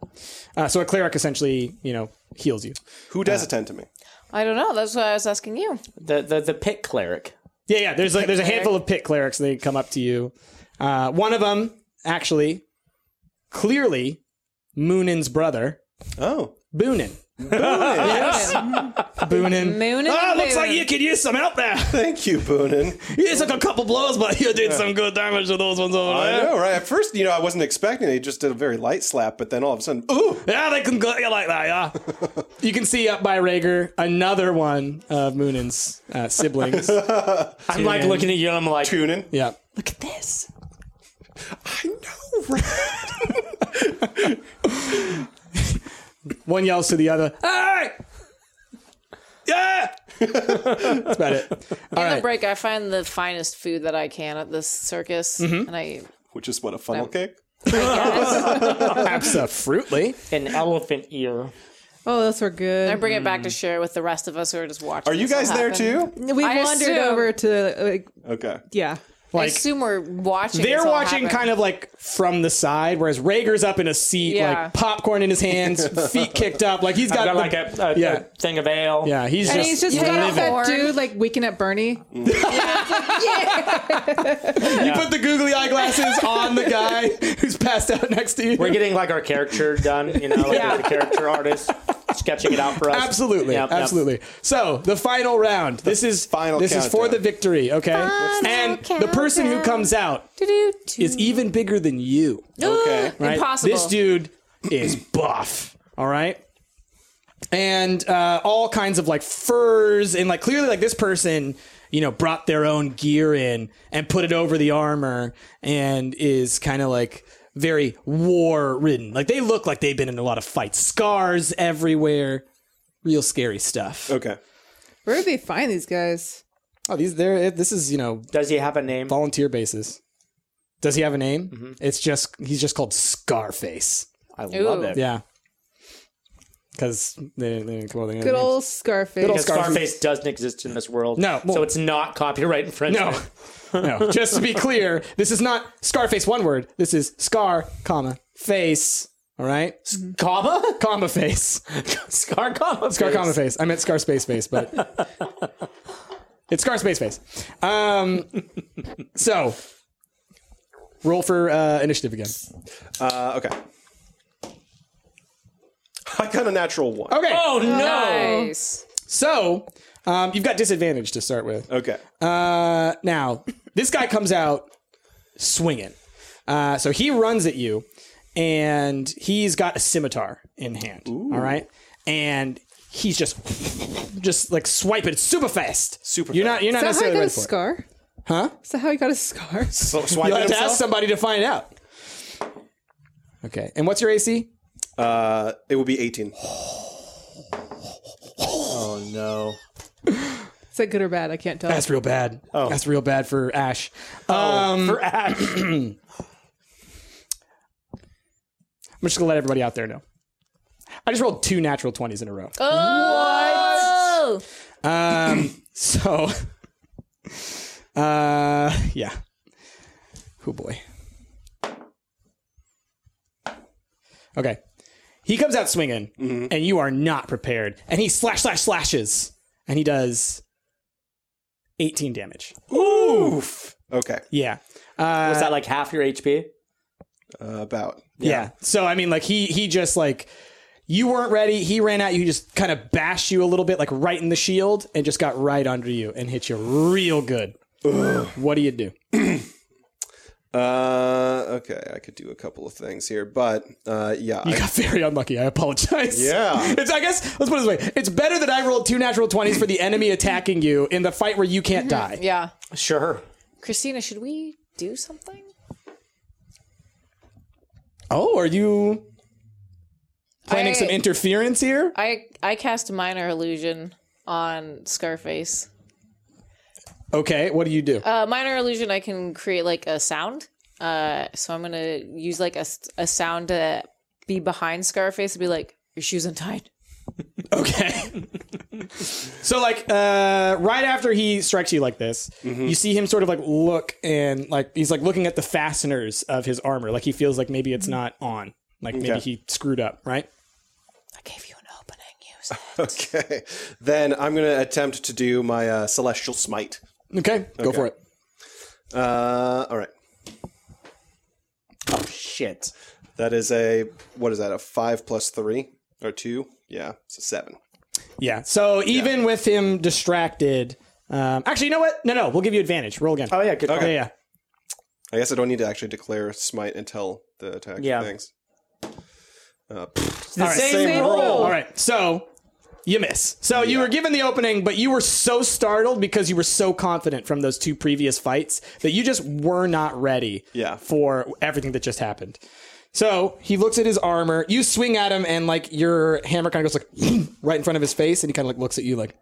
Uh, so a cleric essentially, you know, heals you.
Who
uh.
does attend to me?
I don't know. That's what I was asking you.
the, the, the pit cleric.
Yeah, yeah. There's like there's a handful of pit clerics. They come up to you. Uh, one of them actually, clearly, Moonin's brother,
Oh,
Boonin. Boonin.
Moon and
Ah,
moon.
looks like you could use some help there.
thank you, Boonin.
You just took a couple blows, but you did some good damage to those ones over
I
there.
know, right? At first, you know, I wasn't expecting it. He just did a very light slap, but then all of a sudden, ooh,
Yeah, they can gut you like that, yeah. you can see up by Rager another one of Moonin's uh, siblings.
I'm like looking at you and I'm like,
Boonin.
yeah.
look at this.
I know, right?
One yells to the other, Hey! Yeah! That's about it. All
In
right.
the break, I find the finest food that I can at this circus,
Mm-hmm.
and I.
Which is what a funnel
No.
cake.
Absolutely.
An elephant ear.
Oh, those were good.
I bring it back to share with the rest of us who are just watching.
Are you guys there too?
we
I
wandered
assume-
over to like,
Okay.
yeah.
I
Like
assume we're watching.
they're watching kind of like from the side, whereas Rager's up in a seat,
Yeah.
like popcorn in his hands, feet kicked up, like he's got,
Got,
the-
like a, a,
yeah.
a thing of ale.
yeah, he's
And
just,
he's just
you
hanging out
living.
that
Horn.
dude like weekend at Bernie.
put the googly eyeglasses on the guy who's passed out next to you.
We're getting like our character done, you know, like the character artist sketching it out for us.
Absolutely,
Yep, yep.
absolutely. So the final round. This is
final
This is for
countdown.
the victory. Okay,
Final
and the person who
countdown.
comes out is even bigger than you.
Okay.
Right?
Impossible.
This dude is buff. All right. And uh, all kinds of like furs and like clearly like this person, you know, brought their own gear in and put it over the armor and is kind of like very war ridden. Like they look like they've been in a lot of fights, scars everywhere, real scary stuff.
Okay.
Where did they find these guys?
Oh, these there. This is you know
Does he have a name?
volunteer basis. Does he have a name? It's just he's just called Scarface.
I love it.
Yeah. Because they, they didn't come up with any
Good
other names.
old Scarface.
old
Because Scarface doesn't exist in this world.
No, well-
so it's not copyright infringement.
No. no. Just to be clear, this is not Scarface one word. This is Scar, comma, face. All right?
Mm-hmm.
Comma?
Comma face.
Scar comma.
Scar, comma, face. I meant Scar, space, face, but. it's Scar, space, face. Um, so, roll for uh, initiative again.
Uh, okay. I got a natural one.
Okay.
Oh, no.
Nice.
So, um, you've got disadvantage to start with.
Okay.
Uh, now, this guy comes out swinging. Uh, so he runs at you, and he's got a scimitar in hand. All right, and he's just, just like swiping super fast.
Super
You're
fast.
not. You're not
Is that how he
necessarily
got
ready
a
for it.
scar?
Huh?
Is that how he got a scar?
So swipe
You'll
at
have to ask
himself.
somebody to find out. Okay. And what's your AC?
Uh, it would be 18.
Oh, no.
Is that good or bad? I can't tell.
That's real bad. Oh. That's real bad for Ash. Um,
Oh, For Ash.
I'm just gonna let everybody out there know. I just rolled two natural twenties in a row.
Oh,
Um, So, uh, yeah. Oh boy. Okay. He comes out swinging,
Mm-hmm.
and you are not prepared. And he slash, slash, slashes, and he does 18 damage.
Oof. Okay.
Yeah.
Was that like half your HP?
Uh, about.
yeah. So I mean, like he he just like you weren't ready. He ran at you, he just kind of bashed you a little bit, like right in the shield, and just got right under you and hit you real good. What do you do?
Uh, okay. I could do a couple of things here, but uh, yeah.
You
I-
got very unlucky. I apologize.
Yeah.
It's, I guess, let's put it this way. It's better that I rolled two natural 20s for the enemy attacking you in the fight where you can't die.
yeah.
Sure.
Christina, should we do something?
Oh, are you planning
I-
some interference here?
I I cast minor illusion on Scarface.
Okay, what do you do?
Uh, minor illusion, I can create like a sound. Uh, so I'm gonna use like a, s- a sound to be behind Scarface and be like, "Your shoes untied."
Okay. so like uh, right after he strikes you like this,
Mm-hmm.
you see him sort of like look and like he's like looking at the fasteners of his armor. Like he feels like maybe
Mm-hmm.
it's not on. Like maybe
Okay.
he screwed up, right?
I gave you an opening. Use it.
Okay. Then I'm going to attempt to do my uh, Celestial Smite.
Okay, go for it.
Uh, all right.
Oh shit.
That is a, what is that, a five plus three or two? Yeah, it's a seven.
Yeah. So even with him distracted, um, actually, you know what? No, no, we'll give you advantage. Roll again.
Oh yeah, good.
yeah,
Okay.
yeah.
I guess I don't need to actually declare Smite until the attack.
Yeah.
Thanks. Uh,
The same, roll.
Oh.
All right, so you miss. So you were given the opening, but you were so startled because you were so confident from those two previous fights that you just were not ready
Yeah.
for everything that just happened. So he looks at his armor. You swing at him, and like your hammer kind of goes like right in front of his face, and he kind of like looks at you like,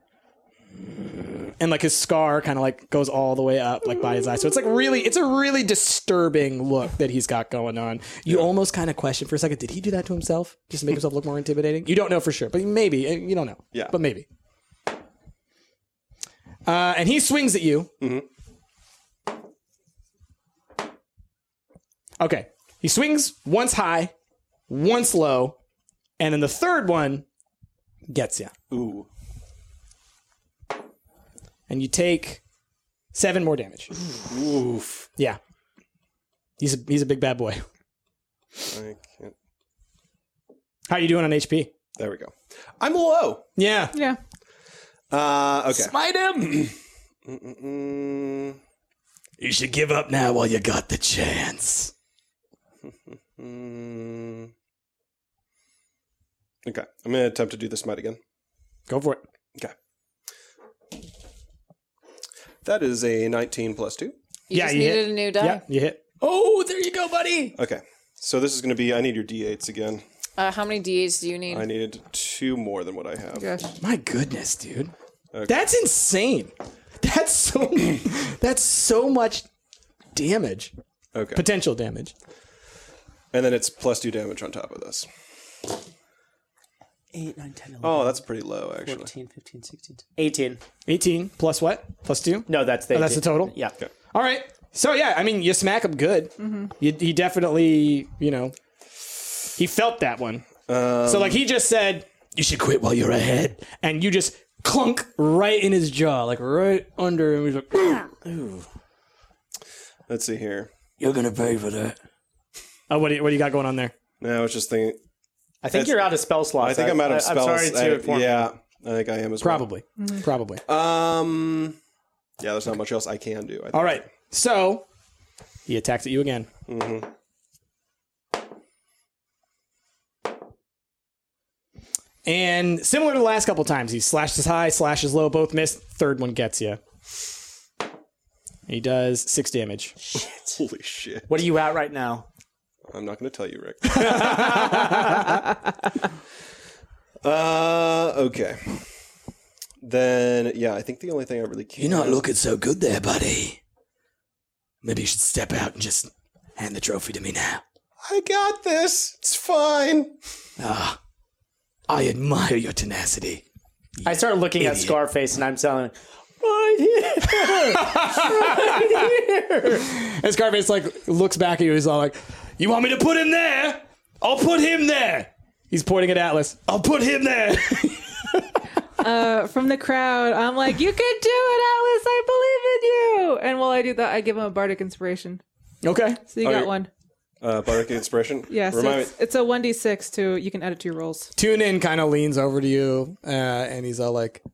and like his scar kind of like goes all the way up like by his eye. So it's like really, it's a really disturbing look that he's got going on. You almost kind of question for a second, did he do that to himself just to make himself look more intimidating? You don't know for sure, but maybe Uh, you don't know.
Yeah.
but maybe. Uh, and he swings at you. Okay, he swings once high, once low, and then the third one gets you,
ooh.
and you take seven more damage.
Oof.
Yeah. He's a, he's a big bad boy.
I can't.
How are you doing on HP?
There we go. I'm low.
Yeah.
Yeah.
Uh, okay.
Smite him.
Mm,
You should give up now while you got the chance.
mm. Okay. I'm going to attempt to do the Smite again.
Go for it.
Okay. That is a 19 plus 2.
You
Yeah,
just
you
needed
hit-
a new die.
Yeah, you hit. Oh, there you go, buddy.
Okay. So this is going to be, I need your d8s again.
Uh, how many DAs do you need?
I needed two more than what I have.
My goodness, dude. That's insane. That's so that's so much damage.
Okay.
Potential damage.
and then it's plus 2 damage on top of this.
8, 9, 10, 11,
Oh, that's pretty low, actually.
14, 15, 16, 18.
18 plus what? Plus 2?
No, that's the.
Oh, that's
18.
the total?
Yeah.
All right. So yeah, I mean, you smack him good. You, he definitely, you know, he felt that one. so like he just said, "You should quit while you're ahead," and you just clunk right in his jaw, like right under him. He's like,
Let's see here.
You're gonna pay for that.
"Oh, what do you, what do you got going on there?"
No, I was just thinking.
I think you're out of spell slots.
I think I'm out of spells.
I'm sorry to
I-
inform you.
yeah, I think I am as
Probably, probably.
well. Um, yeah, there's not much else I can do. I think.
All right. So he attacks at you again. Mm-hmm. And similar to the last couple times, he slashes high, slashes low, both missed. Third one gets you. He does six damage.
Holy shit!
What are you at right now?
I'm not going to tell you, Rick. uh, okay. Then yeah, I think the only thing I really can.
You're not looking so good there, buddy. Maybe you should step out and just hand the trophy to me now.
I got this. It's fine.
I admire your tenacity.
I start looking at Scarface and I'm telling, right here.
And Scarface like looks back at you. He's all like, "You want me to put him there? I'll put him there." He's pointing at Atlas. I'll put him there.
From the crowd, I'm like, you can do it, Alice. I believe in you. And while I do that, I give him a bardic inspiration.
okay.
So you
Oh,
got
you're-
one.
Uh, Bardic inspiration.
Yeah. So
Remind
it's, it's a 1d6 to, you can add it to your rolls.
Tune in kind of leans over to you, uh, and he's all like,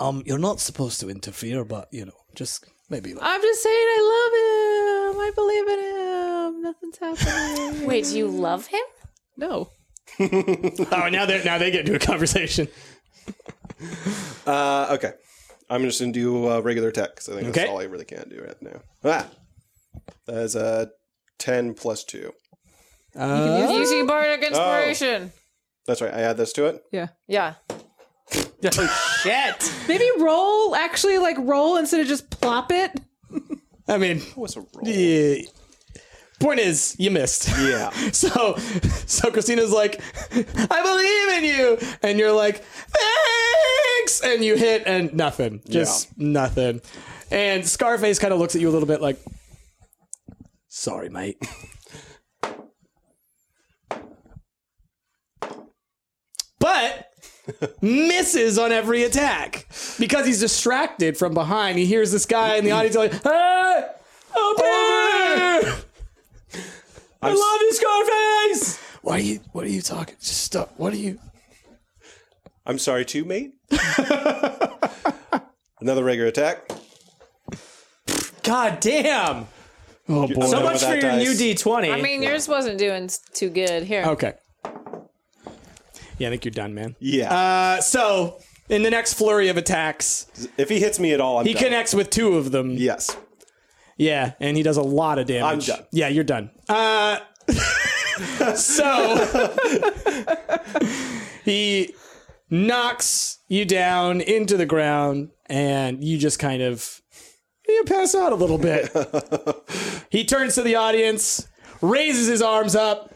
Um, you're not supposed to interfere, but you know, just maybe. Like,
I'm just saying, I love him. I believe in him. Nothing's happening.
Wait, do you love him?
no.
"Oh, now they now they get into a conversation."
me. Uh, okay. I'm just going to do uh, regular attack 'cause I think
Okay.
that's all I really can do right now. Ah, that is a ten plus two.
Easy bardic
Oh.
inspiration.
That's right. I add this to it.
Yeah.
Yeah.
Shit.
Maybe roll, actually, like roll instead of just plop it.
I mean,
What's a roll?
yeah. Point is, you missed.
Yeah.
So, so Christina's like, I believe in you, and you're like, thanks, and you hit, and nothing, just nothing. And Scarface kind of looks at you a little bit like, sorry, mate. but misses on every attack because he's distracted from behind. He hears this guy in the audience like, hey, open! I love you, Scarface. What are you? What are you talking? Just stop. What are you?
I'm sorry too, mate. Another regular attack.
God damn!
Oh boy.
So
done
much
with
for
that
your new
dice.
D twenty.
I mean, yours wasn't doing s- too good. Here,
okay. Yeah, I think you're done, man.
Yeah.
Uh, so in the next flurry of attacks,
if he hits me at all, I'm
he
done.
connects with two of them. Yeah,
Yes.
and he does a lot of damage.
I'm done.
Yeah, you're done. Uh, so he knocks you down into the ground, and you just kind of you pass out a little bit. he turns to the audience, raises his arms up,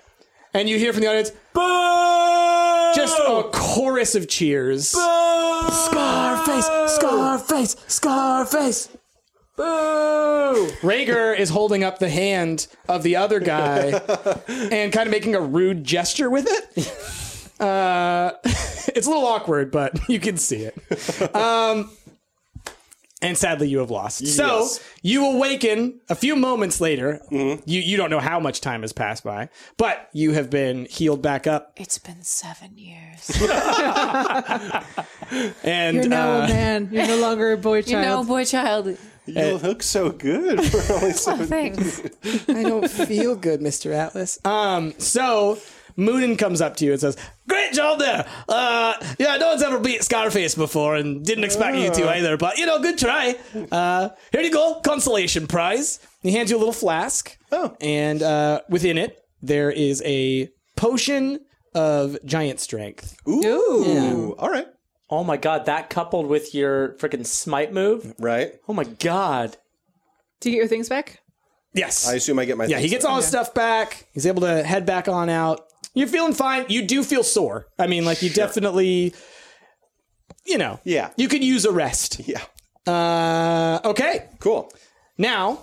and you hear from the audience, "Boo!" Just a chorus of cheers. Scarface, Scarface, Scarface. Boo! Rager is holding up the hand of the other guy and kind of making a rude gesture with it. Uh, it's a little awkward, but you can see it. Um, and sadly, you have lost. So
Yes.
you awaken a few moments later. You you don't know how much time has passed by, but you have been healed back up.
it's been seven years.
And
You're now
uh,
a man. You're no longer a boy
you know,
child.
boy child. Oh,
You look so good for only seven.
Thanks.
I don't feel good, Mr. Atlas. Um, so Moonin comes up to you and says, Great job there. Uh, yeah, no one's ever beat Scarface before and didn't expect you to either, but you know, good try. Uh, here you go, consolation prize. He hands you a little flask.
Oh.
And uh, within it, there is a potion of giant strength.
Ooh. All right.
oh my god, that coupled with your freaking smite move.
Right.
Oh my god.
Do you get your things back?
Yes.
I assume I get my.
Yeah, he
things
gets
back.
all his stuff back. He's able to head back on out. You're feeling fine. You do feel sore. I mean, like you definitely, you know,
Yeah.
you could use a rest.
Yeah.
Uh, okay,
Cool.
now,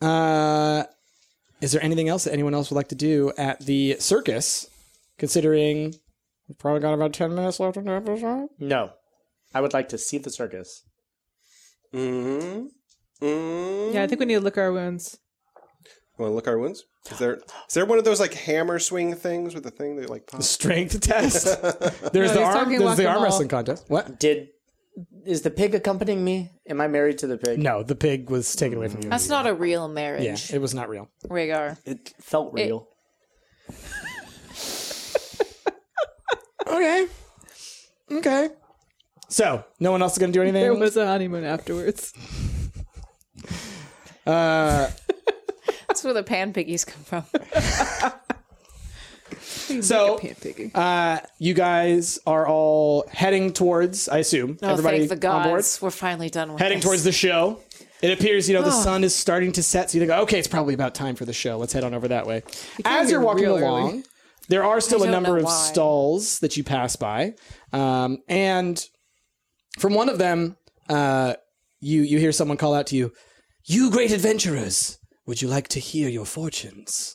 uh, is there anything else that anyone else would like to do at the circus? Considering we've probably got about ten minutes left in the episode.
No, I would like to see the circus.
Yeah, I think we need to lick our wounds.
Want to look our wounds? Is there is there one of those like hammer swing things with the thing that like pops?
Strength test. There's
No,
the
he's
arm.
talking
There's the
whack-a-mole.
arm wrestling contest. What?
Did is the pig accompanying me? Am I married to the pig?
No, the pig was taken away from you.
That's not a real
Yeah,
marriage,
it was not real.
Rhaegar.
It felt real.
Okay. Okay. So, no one else is going to do anything?
There was a honeymoon afterwards.
That's where the pan piggies come from.
so,
Pan piggy.
Oh. uh, you guys are all heading towards, I assume,
Oh,
everybody
thank the
on board,
gods. We're finally done with
heading
this.
towards the show. It appears, you know, the sun is starting to set, so you think, okay, it's probably about time for the show. Let's head on over that way. As
here
you're walking
real
along,
early.
there are
I
still a
don't
number
know
of
why.
stalls that you pass by. Um, and from one of them, uh, you, you hear someone call out to you, You great adventurers, would you like to hear your fortunes?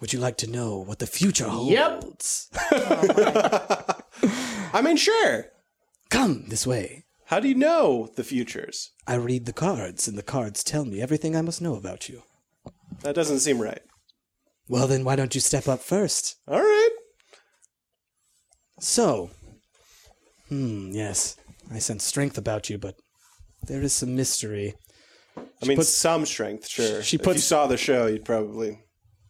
Would you like to know what the future holds?
I mean, sure.
Come this way.
How do you know the futures?
I read the cards, and the cards tell me everything I must know about you.
That doesn't seem right.
Well, then why don't you step up first?
All right.
So, hmm, yes, I sense strength about you, but there is some mystery.
I mean,
puts-
some strength, sure.
she
if you
puts-
saw the show, you'd probably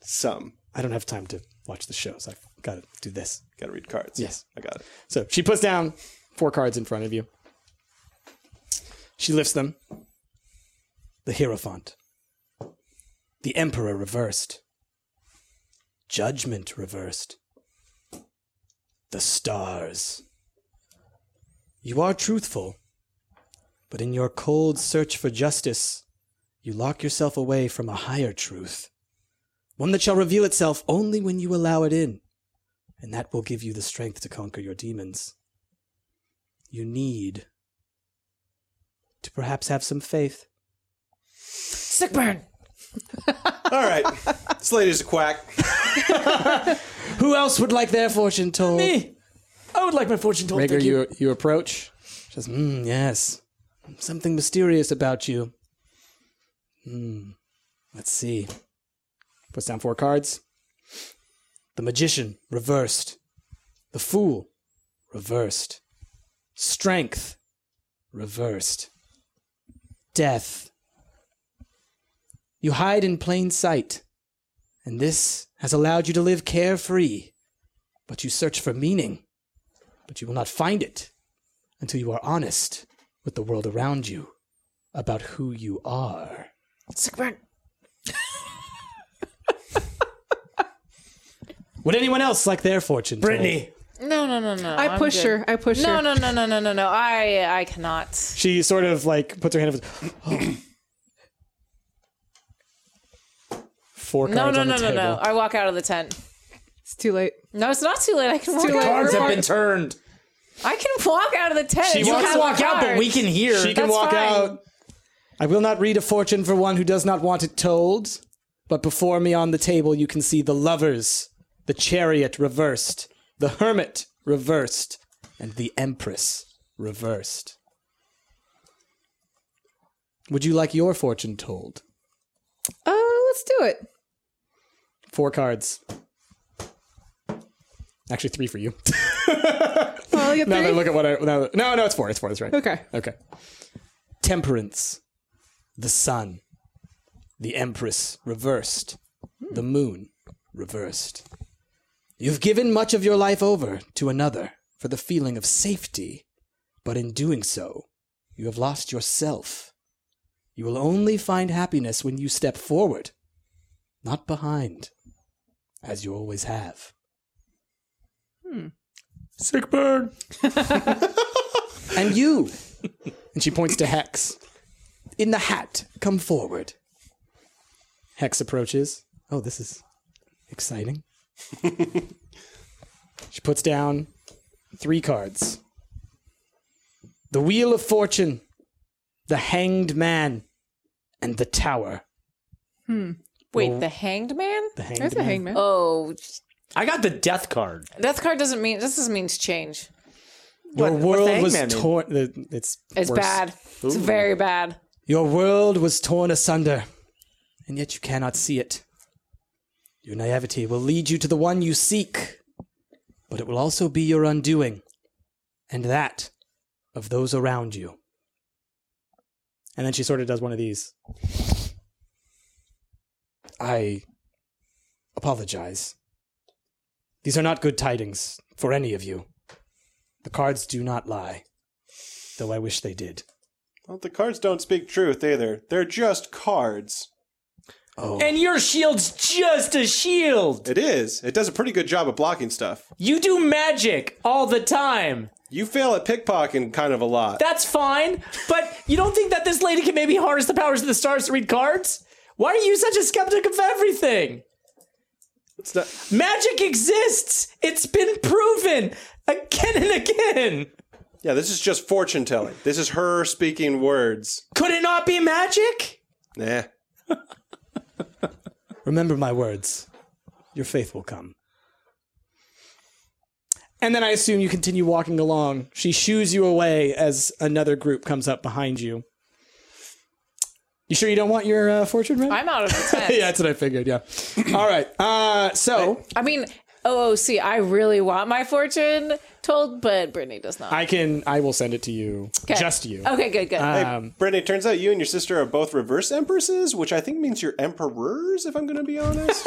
some.
I don't have time to watch the shows. I've got to do this.
Got to read cards.
Yes.
I got it.
So she puts down four cards in front of you. She lifts them. The Hierophant. The Emperor reversed. Judgment reversed. The stars. You are truthful, but in your cold search for justice, you lock yourself away from a higher truth. one that shall reveal itself only when you allow it in, and that will give you the strength to conquer your demons. You need to perhaps have some faith.
Sick burn.
All right. this lady's a quack.
Who else would like their fortune told? Me.
I would like my fortune told.
Rager, you. you approach. She says, mm, "Yes, something mysterious about you." Hmm. Let's see. Puts down four cards. The magician reversed. The fool reversed. Strength reversed. Death. You hide in plain sight, and this has allowed you to live carefree. But you search for meaning but you will not find it until you are honest with the world around you about who you are.
Sick burn.
Would anyone else like their fortune? told?
Brittany,
No, no, no, no.
I
I'm
push
good.
her. I push
No,
her.
no, no, no, no, no, no. I, I cannot.
She sort of like puts her hand up. "Oh." Four
No,
cards
no,
on the
no, no,
table.
no. I walk out of the tent.
It's too late.
No, it's not too late. I can walk
too
out.
late.
Cards have been turned.
I can walk out of the tent.
She
You
wants
have
to
a
walk out,
card.
can hear.
She can
That's
walk
fine.
out. I will not read a fortune for one who does not want it told, but before me on the table you can see the lovers, the chariot reversed, the hermit reversed, and the empress reversed. Would you like your fortune told?
Oh, let's do it.
Four cards. Actually, three for you.
Oh, you
now
three?
that I look at what I. Now that, no, no, it's four. It's four. That's right.
Okay.
Okay. Temperance, the sun, the empress reversed, the moon reversed. You've given much of your life over to another for the feeling of safety, but in doing so, you have lost yourself. You will only find happiness when you step forward, not behind, as you always have. Sick bird. and you. And she points to Hex. In the hat, come forward. Hex approaches. Oh, this is exciting. she puts down three cards the Wheel of Fortune, the Hanged Man, and the Tower.
Wait, the hanged man?
Oh. The Hanged
There's a
Man.
hangman.
Oh,
I got the death card.
death card doesn't mean. This doesn't mean to change.
Your
What- what's the
world was
Hangman mean?
torn. the- It's,
It's
worse.
bad. It's very bad.
Your world was torn asunder, and yet you cannot see it. Your naivety will lead you to the one you seek, but it will also be your undoing, and that of those around you. And then she sort of does one of these. I apologize. These are not good tidings for any of you. The cards do not lie, though I wish they did.
Well, the cards don't speak truth either. They're just cards.
And your shield's just a shield.
It is. It does a pretty good job of blocking stuff.
You do magic all the time.
You fail at pickpocketing kind of a lot.
That's fine. But you don't think that this lady can maybe harness the powers of the stars to read cards? Why are you such a skeptic of everything?
It's not-
Magic exists. It's been proven again and again.
yeah, this is just fortune telling. This is her speaking words.
Could it not be magic?
Nah.
Remember my words. Your faith will come. And then I assume you continue walking along. She shoos you away as another group comes up behind you. You sure you don't want your uh, fortune, right?
I'm out of the tent.
yeah, that's what I figured. Yeah. All right. Uh, so
I mean, oh, see, I really want my fortune told, but Brittany does not.
I can. I will send it to you.
Okay.
Just to you. Uh,
Okay, good, good.
Brittany, turns out you and your sister are both reverse empresses, which I think means you're emperors, if I'm going to be honest.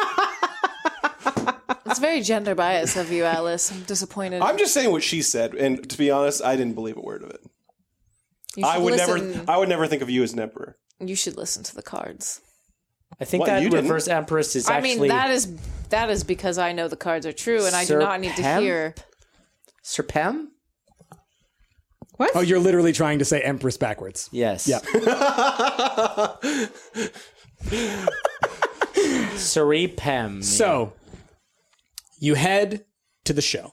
it's very gender bias of you, Alice. I'm disappointed.
I'm just saying what she said, and to be honest, I didn't believe a word of it.
You should
I would
listen.
never. I would never think of you as an emperor.
You should listen to the cards.
I think
What,
that
you didn't?
reverse empress is
I
actually
mean, that is that is because I know the cards are true, and I do
Sir
not need to
Pam?
hear.
Sir Pem.
Oh, you're literally trying to say Empress backwards.
Yes. Yeah. Seripem.
So you head to the show.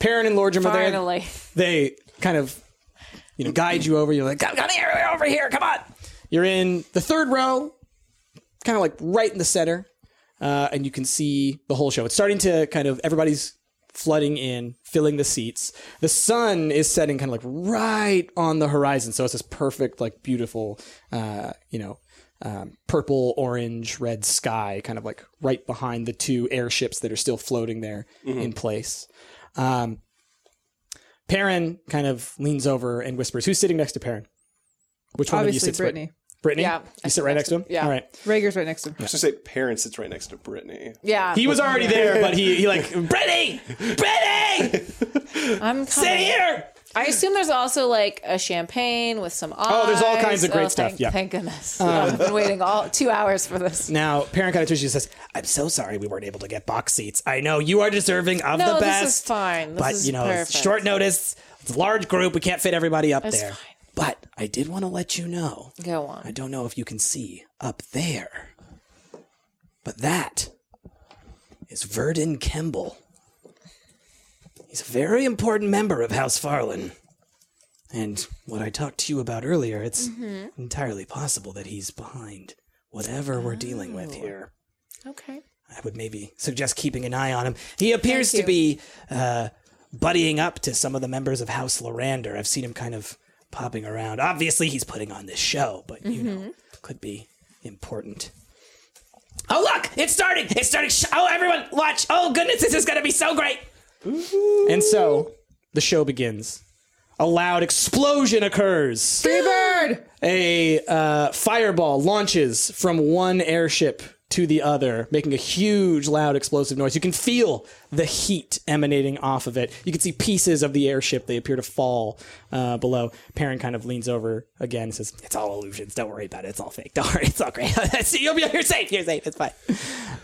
Perrin and Lordrum are there.
Finally.
They kind of you know guide you over. You're like, come, come here, we're over here, come on. You're in the third row, kind of like right in the center, uh, and you can see the whole show. It's starting to kind of everybody's flooding in, filling the seats. The sun is setting kind of like right on the horizon, so it's this perfect, like beautiful, uh, you know, um, purple, orange, red sky, kind of like right behind the two airships that are still floating there in place. Um, Perrin kind of leans over and whispers, "Who's sitting next to Perrin?" Which one of you
Obviously,
sits?
Brittany.
Brittany.
Yeah, I
you sit right next to him.
yeah.
All right.
Rager's right next to him.
Just say Perrin sits right next to Brittany.
Yeah.
He was already there, but he he like Brittany, Brittany,
I'm
sit
coming.
here.
I assume there's also like a champagne with some eyes.
Oh, there's all kinds of great stuff,
Thank,
yeah. Um,
thank goodness. I've been waiting all two hours for this.
Now, Perrin kind of turns to you and says, "I'm so sorry we weren't able to get box seats. I know you are deserving of
No,
the
this
best.
is fine. This
but
is
you know, it's
perfect.
short notice. It's a large group. We can't fit everybody up there.
fine.
But I did want to let you know.
Go on.
I don't know if you can see up there, but that is Verdon Kemble. He's a very important member of House Farlan. And what I talked to you about earlier, it's entirely possible that he's behind whatever we're dealing with here.
Oh. Okay.
I would maybe suggest keeping an eye on him. He appears to
you.
be uh, buddying up to some of the members of House Lorander. I've seen him kind of popping around. Obviously, he's putting on this show, but you
Mm-hmm.
know, could be important. Oh look! It's starting! It's starting! Sh- oh everyone, watch! Oh goodness, this is gonna be so great! And so the show begins. A loud explosion occurs.
Freebird!
A uh, fireball launches from one airship to the other, making a huge, loud, explosive noise. You can feel the heat emanating off of it. You can see pieces of the airship. They appear to fall uh, below. Perrin kind of leans over again and says, It's all illusions. Don't worry about it. It's all fake. Don't worry. It's all great. See, you'll be, you're safe. You're safe. It's fine.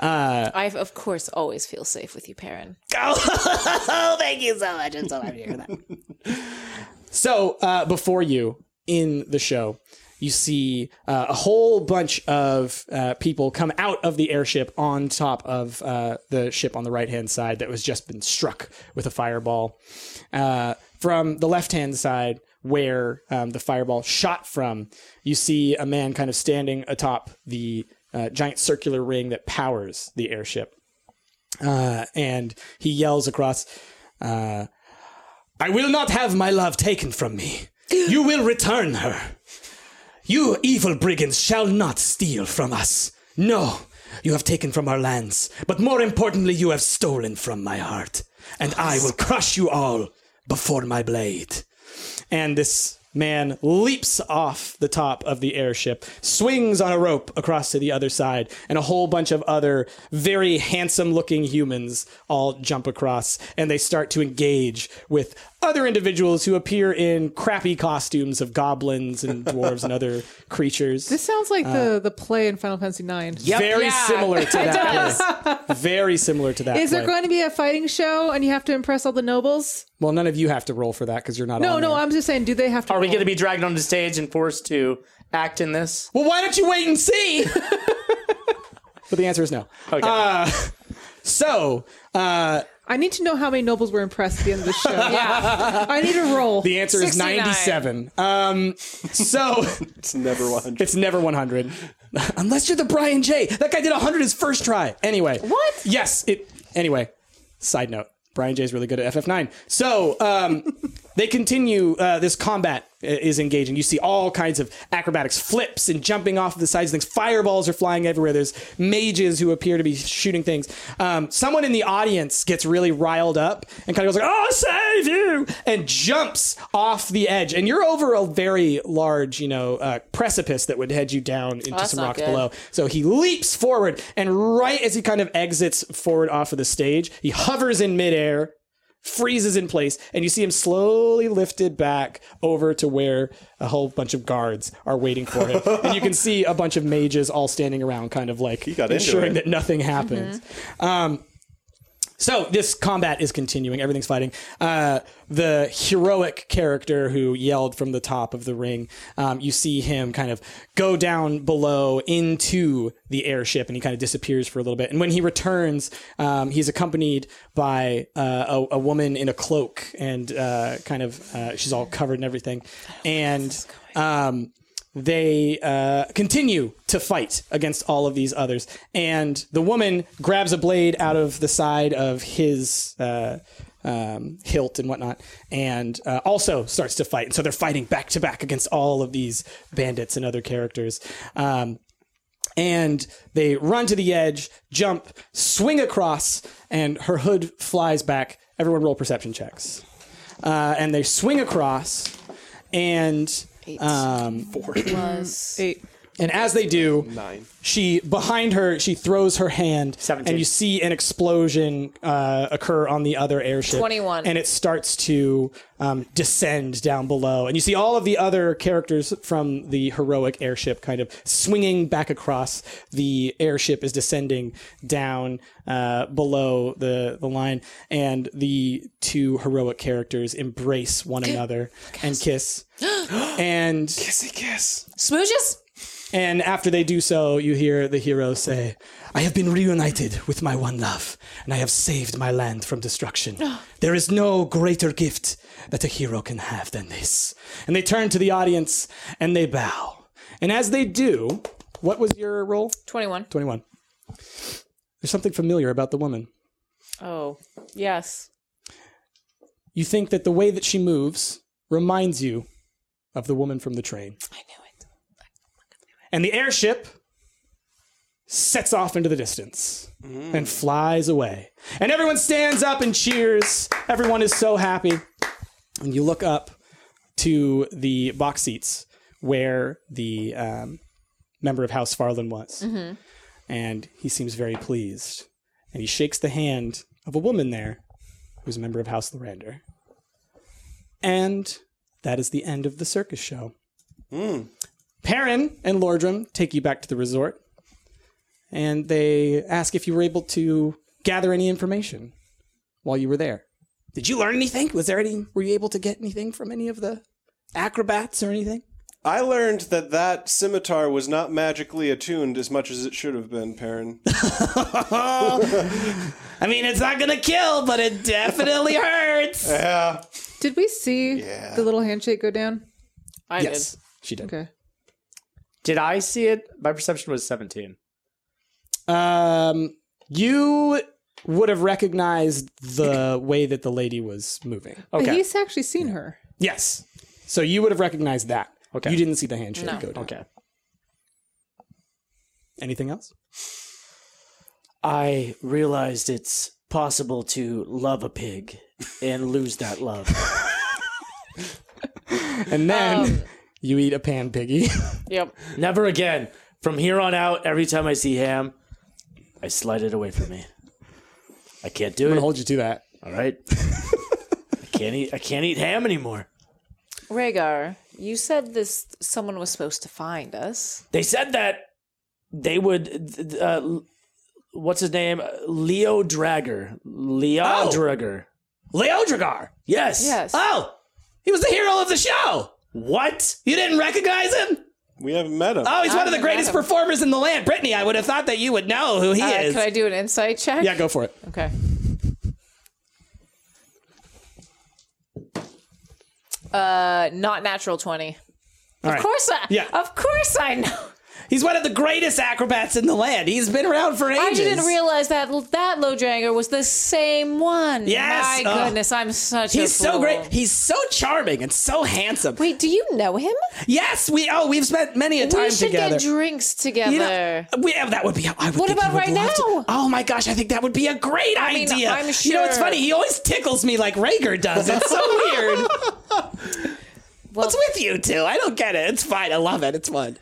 I of course always feel safe with you, Perrin.
Oh, thank you so much. I'm so happy to hear that. so, uh, before you in the show, you see uh, a whole bunch of uh, people come out of the airship on top of uh, the ship on the right hand side that was just been struck with a fireball. Uh, from the left hand side, where um, the fireball shot from, you see a man kind of standing atop the uh, giant circular ring that powers the airship uh, and he yells across, uh, "I will not have my love taken from me. You will return her. You evil brigands shall not steal from us. No, you have taken from our lands, but more importantly, you have stolen from my heart, and I will crush you all before my blade." and this man leaps off the top of the airship, swings on a rope across to the other side, and a whole bunch of other very handsome looking humans all jump across and they start to engage with other individuals who appear in crappy costumes of goblins and dwarves and other creatures.
This sounds like the, the play in Final Fantasy IX. Yeah.
very
Yeah.
similar to that. play. Very similar to that.
Is there
play.
going to be a fighting show and you have to impress all the nobles?
well, none of you have to roll for that because you're not.
No,
on
no,
there.
I'm just saying, do they have to?
Are we going to be dragged onto stage and forced to act in this?
Well, why don't you wait and see? but the answer is no. Okay. Uh, so
I need to know how many nobles were impressed at the end of the show. yeah. I need a roll.
the answer is
69.
97. Um, so
It's never 100.
it's never 100. Unless you're the Brian J. That guy did 100 his first try. Anyway.
What?
Yes. It. Anyway, side note. Brian J is really good at FF9. So um, they continue. Uh, this combat i- is engaging. You see all kinds of acrobatics, flips, and jumping off of the sides of things. Fireballs are flying everywhere. There's mages who appear to be shooting things. Um, someone in the audience gets really riled up and kind of goes like, "Oh, save you!" and jumps off the edge. And you're over a very large, you know, uh, precipice that would head you down into
Oh, that's
some
not
rocks
good.
below. So he leaps forward, and right as he kind of exits forward off of the stage, he hovers in midair, freezes in place, and you see him slowly lifted back over to where a whole bunch of guards are waiting for him. and you can see a bunch of mages all standing around, kind of like
got into
ensuring
it.
that nothing happens. Um, So this combat is continuing. Everything's fighting. Uh, the heroic character who yelled from the top of the ring, um, you see him kind of go down below into the airship, and he kind of disappears for a little bit. And when he returns, um, he's accompanied by uh, a, a woman in a cloak, and uh, kind of uh, she's all covered and everything. And um, they uh, continue to fight against all of these others. And the woman grabs a blade out of the side of his uh, um, hilt and whatnot, and uh, also starts to fight. And so they're fighting back to back against all of these bandits and other characters. Um, and they run to the edge, jump, swing across, and her hood flies back. Everyone roll perception checks. Uh, and they swing across, and um,
Plus,
Eight.
and as they do, she behind her she throws her hand,
17.
and you see an explosion uh, occur on the other airship.
21.
and it starts to um, descend down below, and you see all of the other characters from the heroic airship kind of swinging back across. The airship is descending down uh, below the the line, and the two heroic characters embrace one another and kiss, and
smooches.
and after they do so, you hear the hero say, I have been reunited with my one love, and I have saved my land from destruction. there is no greater gift that a hero can have than this. And they turn to the audience and they bow. And as they do, what was your role?
21.
21. There's something familiar about the woman.
Oh, yes.
You think that the way that she moves reminds you of the woman from the train.
I knew it.
And the airship sets off into the distance
Mm.
and flies away. And everyone stands up and cheers. Everyone is so happy. And you look up to the box seats where the um, member of House Farland was.
Mm-hmm.
And he seems very pleased. And he shakes the hand of a woman there who's a member of House Lorander. And that is the end of the circus show. Perrin and Lordrum take you back to the resort, and they ask if you were able to gather any information while you were there. Did you learn anything? Was there any? Were you able to get anything from any of the acrobats or anything?
I learned that that scimitar was not magically attuned as much as it should have been, Perrin.
I mean, it's not gonna kill, but it definitely hurts.
yeah.
Did we see the little handshake go down?
I
yes, she did.
Okay.
Did I see it? My perception was 17.
Um, you would have recognized the way that the lady was moving.
But
Okay.
he's actually seen her.
Yes, so you would have recognized that.
Okay.
You didn't see the handshake go down.
Okay.
Anything else?
I realized it's possible to love a pig and lose that love.
And then you eat a pan piggy.
did. Yep.
Never again. From here on out, every time I see ham, I slide it away from me. I can't do it.
hold you to that.
All right. I can't eat. I can't eat ham anymore.
Rhaegar, you said this someone was supposed to find us.
They said that they would. Uh, what's his name? Leo Dragger. Leo
Oh.
Dragger.
Leodragar!
Yes.
Yes.
Oh! He was the hero of the show!
What?
You didn't recognize him?
We haven't met him.
Ah,
Oh, he's one of the
haven't
greatest
met him.
performers in the land. Brittany, I would have thought that you would know who he
Uh,
is.
Can I do an insight check?
yeah, go for it.
Okay. Uh, not natural twenty.
All
Of
right.
course I.
Yeah.
Of course I know.
He's one of the greatest acrobats in the land. He's been around for ages.
I didn't realize that that Lodranger was the same one.
Yes.
My
Ugh.
goodness, I'm such a
He's so
fool.
great. He's so charming and so handsome.
Wait, do you know him?
Yes, we oh we've spent many a time
we should
together.
get drinks together.
You know, we, oh, that would be. I would
What
think he
about
would
right
love to-
now?
oh my gosh, I think that would be a great
mean,
idea.
I'm
You know, it's
sure-
funny. He always tickles me like Rager does. It's so weird. What's with you two? I don't get it. It's fine. I love it. It's fun.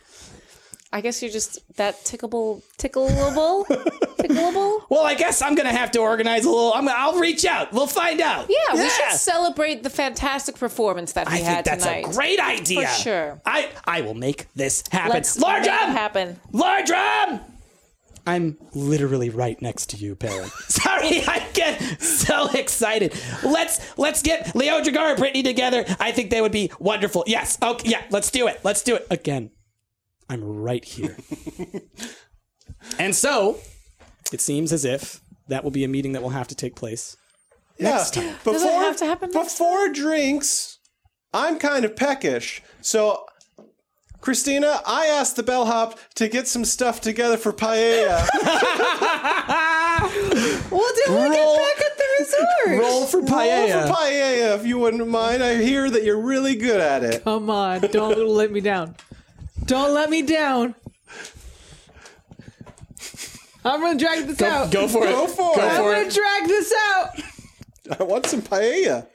I guess you're just that tickable, tickleable, tickleable.
Well, I guess I'm gonna have to organize a little. I'm. Gonna, I'll reach out. We'll find out.
Yeah, we should celebrate the fantastic performance that we
I
had
think that's
tonight.
a great idea.
For sure.
I I will make this happen.
Let's
Large
make it
up.
happen.
Large drum! I'm literally right next to you, Perrin. Sorry, I get so excited. Let's let's get Leo Dragar and Brittany together. I think they would be wonderful. Yes. Okay. Yeah. Let's do it. Let's do it again. I'm right here. and so, it seems as if that will be a meeting that will have to take place.
Yeah. Before,
it have to happen next
before drinks, I'm kind of peckish. So, Christina, I asked the bellhop to get some stuff together for paella.
Well, did we
Roll-
get back at the resort?
Roll for paella.
For paella, if you wouldn't mind. I hear that you're really good at it.
Come on, don't let me down. Don't let me down. I'm gonna drag this out.
Go for it.
Go for
I'm
it.
gonna drag this out.
I want some paella.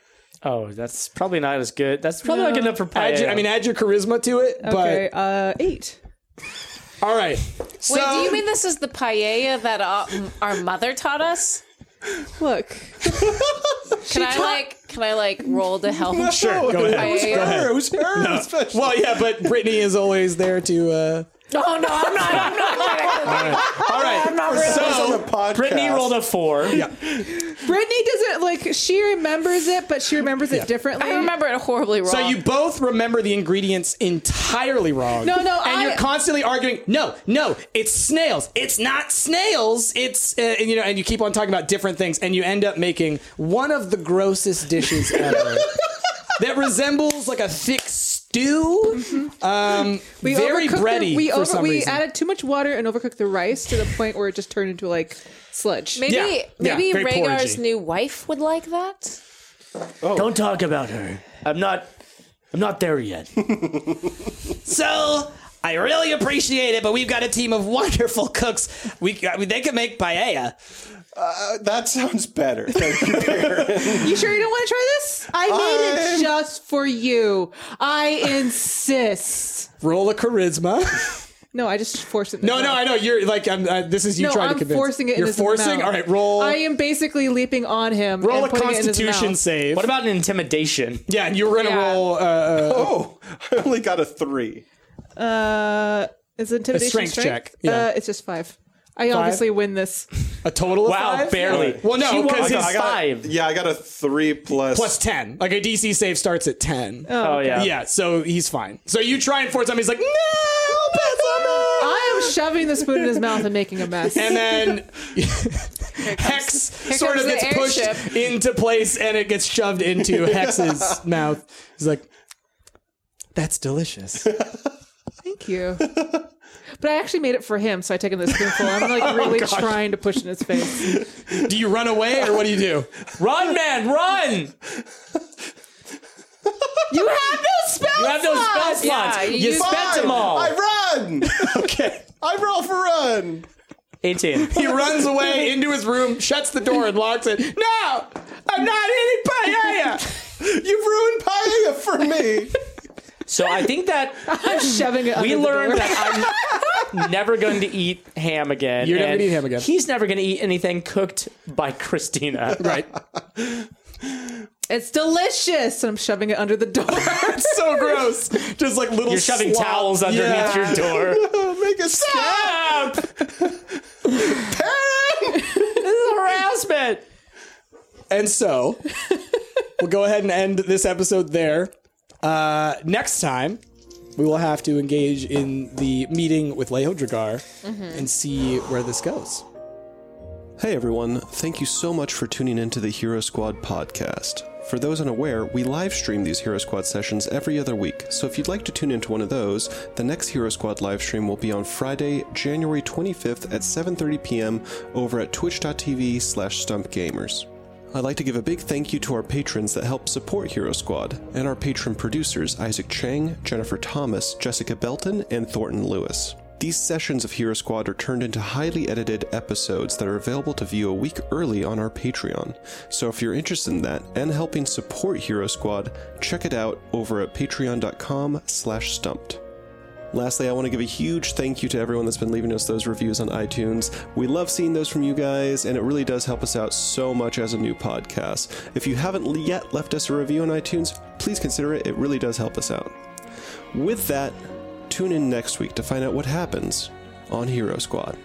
Oh, that's probably not as good. That's probably not good enough for
Add
paella.
your, I mean, add your charisma to it.
Okay, uh, eight.
But all right.
Wait, do you mean this is the paella that uh, m- our mother taught us?
Look,
Can I like can I like roll to help?
Oh,
Sure. Go ahead.
It was
Paella?
her. It was her. especially.
Well, yeah, but Brittany is always there to. Uh...
No, no, I'm not. I'm not.
All right.
on
so
the podcast.
Brittany rolled a four.
Brittany doesn't like. She remembers it, but she remembers it differently.
I remember it horribly wrong.
So you both remember the ingredients entirely wrong.
No, no,
and
I-
you're constantly arguing. No, no, it's snails. It's not snails. It's uh, and, you know, and you keep on talking about different things, and you end up making one of the grossest dishes ever that resembles like a thick stew. Um,
Mm-hmm. We
very
overcooked
bready
The, we
for some
we
reason.
added too much water and overcooked the rice to the point where it just turned into like sludge.
maybe
Yeah. Yeah,
maybe
very
Rhaegar's
porridgey.
new wife would like that.
Don't talk about her. I'm not. I'm not there yet.
So I really appreciate it, but we've got a team of wonderful cooks. We I mean, they can make paella.
Uh, that sounds better. Thank you.
You sure you don't want to try this? I made
I'm-
it just for you. I insist.
Roll a charisma.
No, I just forced it.
No, no, I know you're like I'm, uh, this is you
no,
trying
I'm
to convince.
forcing it.
You're
in his
forcing.
Mouth.
All right, roll.
I am basically leaping on him.
roll
and
a
putting it in his
Constitution
mouth.
save.
What about an intimidation?
yeah, and you were gonna
Yeah.
roll uh,
Oh, I only got a three.
Uh, it's intimidation.
A strength check, yeah.
Uh, it's just five. I obviously win this.
a total of
Wow,
five.
barely.
Well,
She
no,
won
because
by
his
five.
A, yeah, I got a three plus.
plus ten. Like a DC save starts at ten.
Oh, yeah.
Yeah, so he's fine. So you try and force him. He's like, no, Bethlehem!
I am shoving the spoon in his mouth and making a mess.
and then Hex sort of
comes the
gets pushed
airship.
into place and it gets shoved into Hex's mouth. He's like, that's delicious.
Thank you. But I actually made it for him, so I take him the spoonful. I'm
Oh,
like really trying to push in his face.
do you run away or what do you do?
Run, man, run!
You have no spell
You have those spell slots.
Yeah,
you
you use-
spent them all.
I run.
Okay.
I roll for run.
18.
He runs away into his room, shuts the door, and locks it. No! I'm not eating paella!
You've ruined paella for me.
So I think that
I'm shoving it.
we
under the door.
learned that I'm never going to eat ham again.
You're never
and
gonna eat ham again.
He's never going to eat anything cooked by Christina.
right.
It's delicious, and I'm shoving it under the door.
It's so gross. Just like little
You're shoving
slop.
towels underneath
Yeah.
your door.
Oh, Make a stop.
Stop! this is harassment.
And so we'll go ahead and end this episode there. Uh, next time, we will have to engage in the meeting with Leho Dragar and see where this goes.
Hey everyone, thank you so much for tuning in to the Hero Squad podcast. For those unaware, we live stream these Hero Squad sessions every other week, so if you'd like to tune into one of those, the next Hero Squad live stream will be on Friday, January 25th at 7.30 p.m. over at twitch.tv slash stumpgamers. I'd like to give a big thank you to our patrons that help support Hero Squad, and our patron producers Isaac Chang, Jennifer Thomas, Jessica Belton, and Thornton Lewis. These sessions of Hero Squad are turned into highly edited episodes that are available to view a week early on our Patreon. So if you're interested in that and helping support Hero Squad, check it out over at patreon.com slash stumped. Lastly, I want to give a huge thank you to everyone that's been leaving us those reviews on iTunes. We love seeing those from you guys, and it really does help us out so much as a new podcast. If you haven't yet left us a review on iTunes, please consider it. It really does help us out. With that, tune in next week to find out what happens on Hero Squad.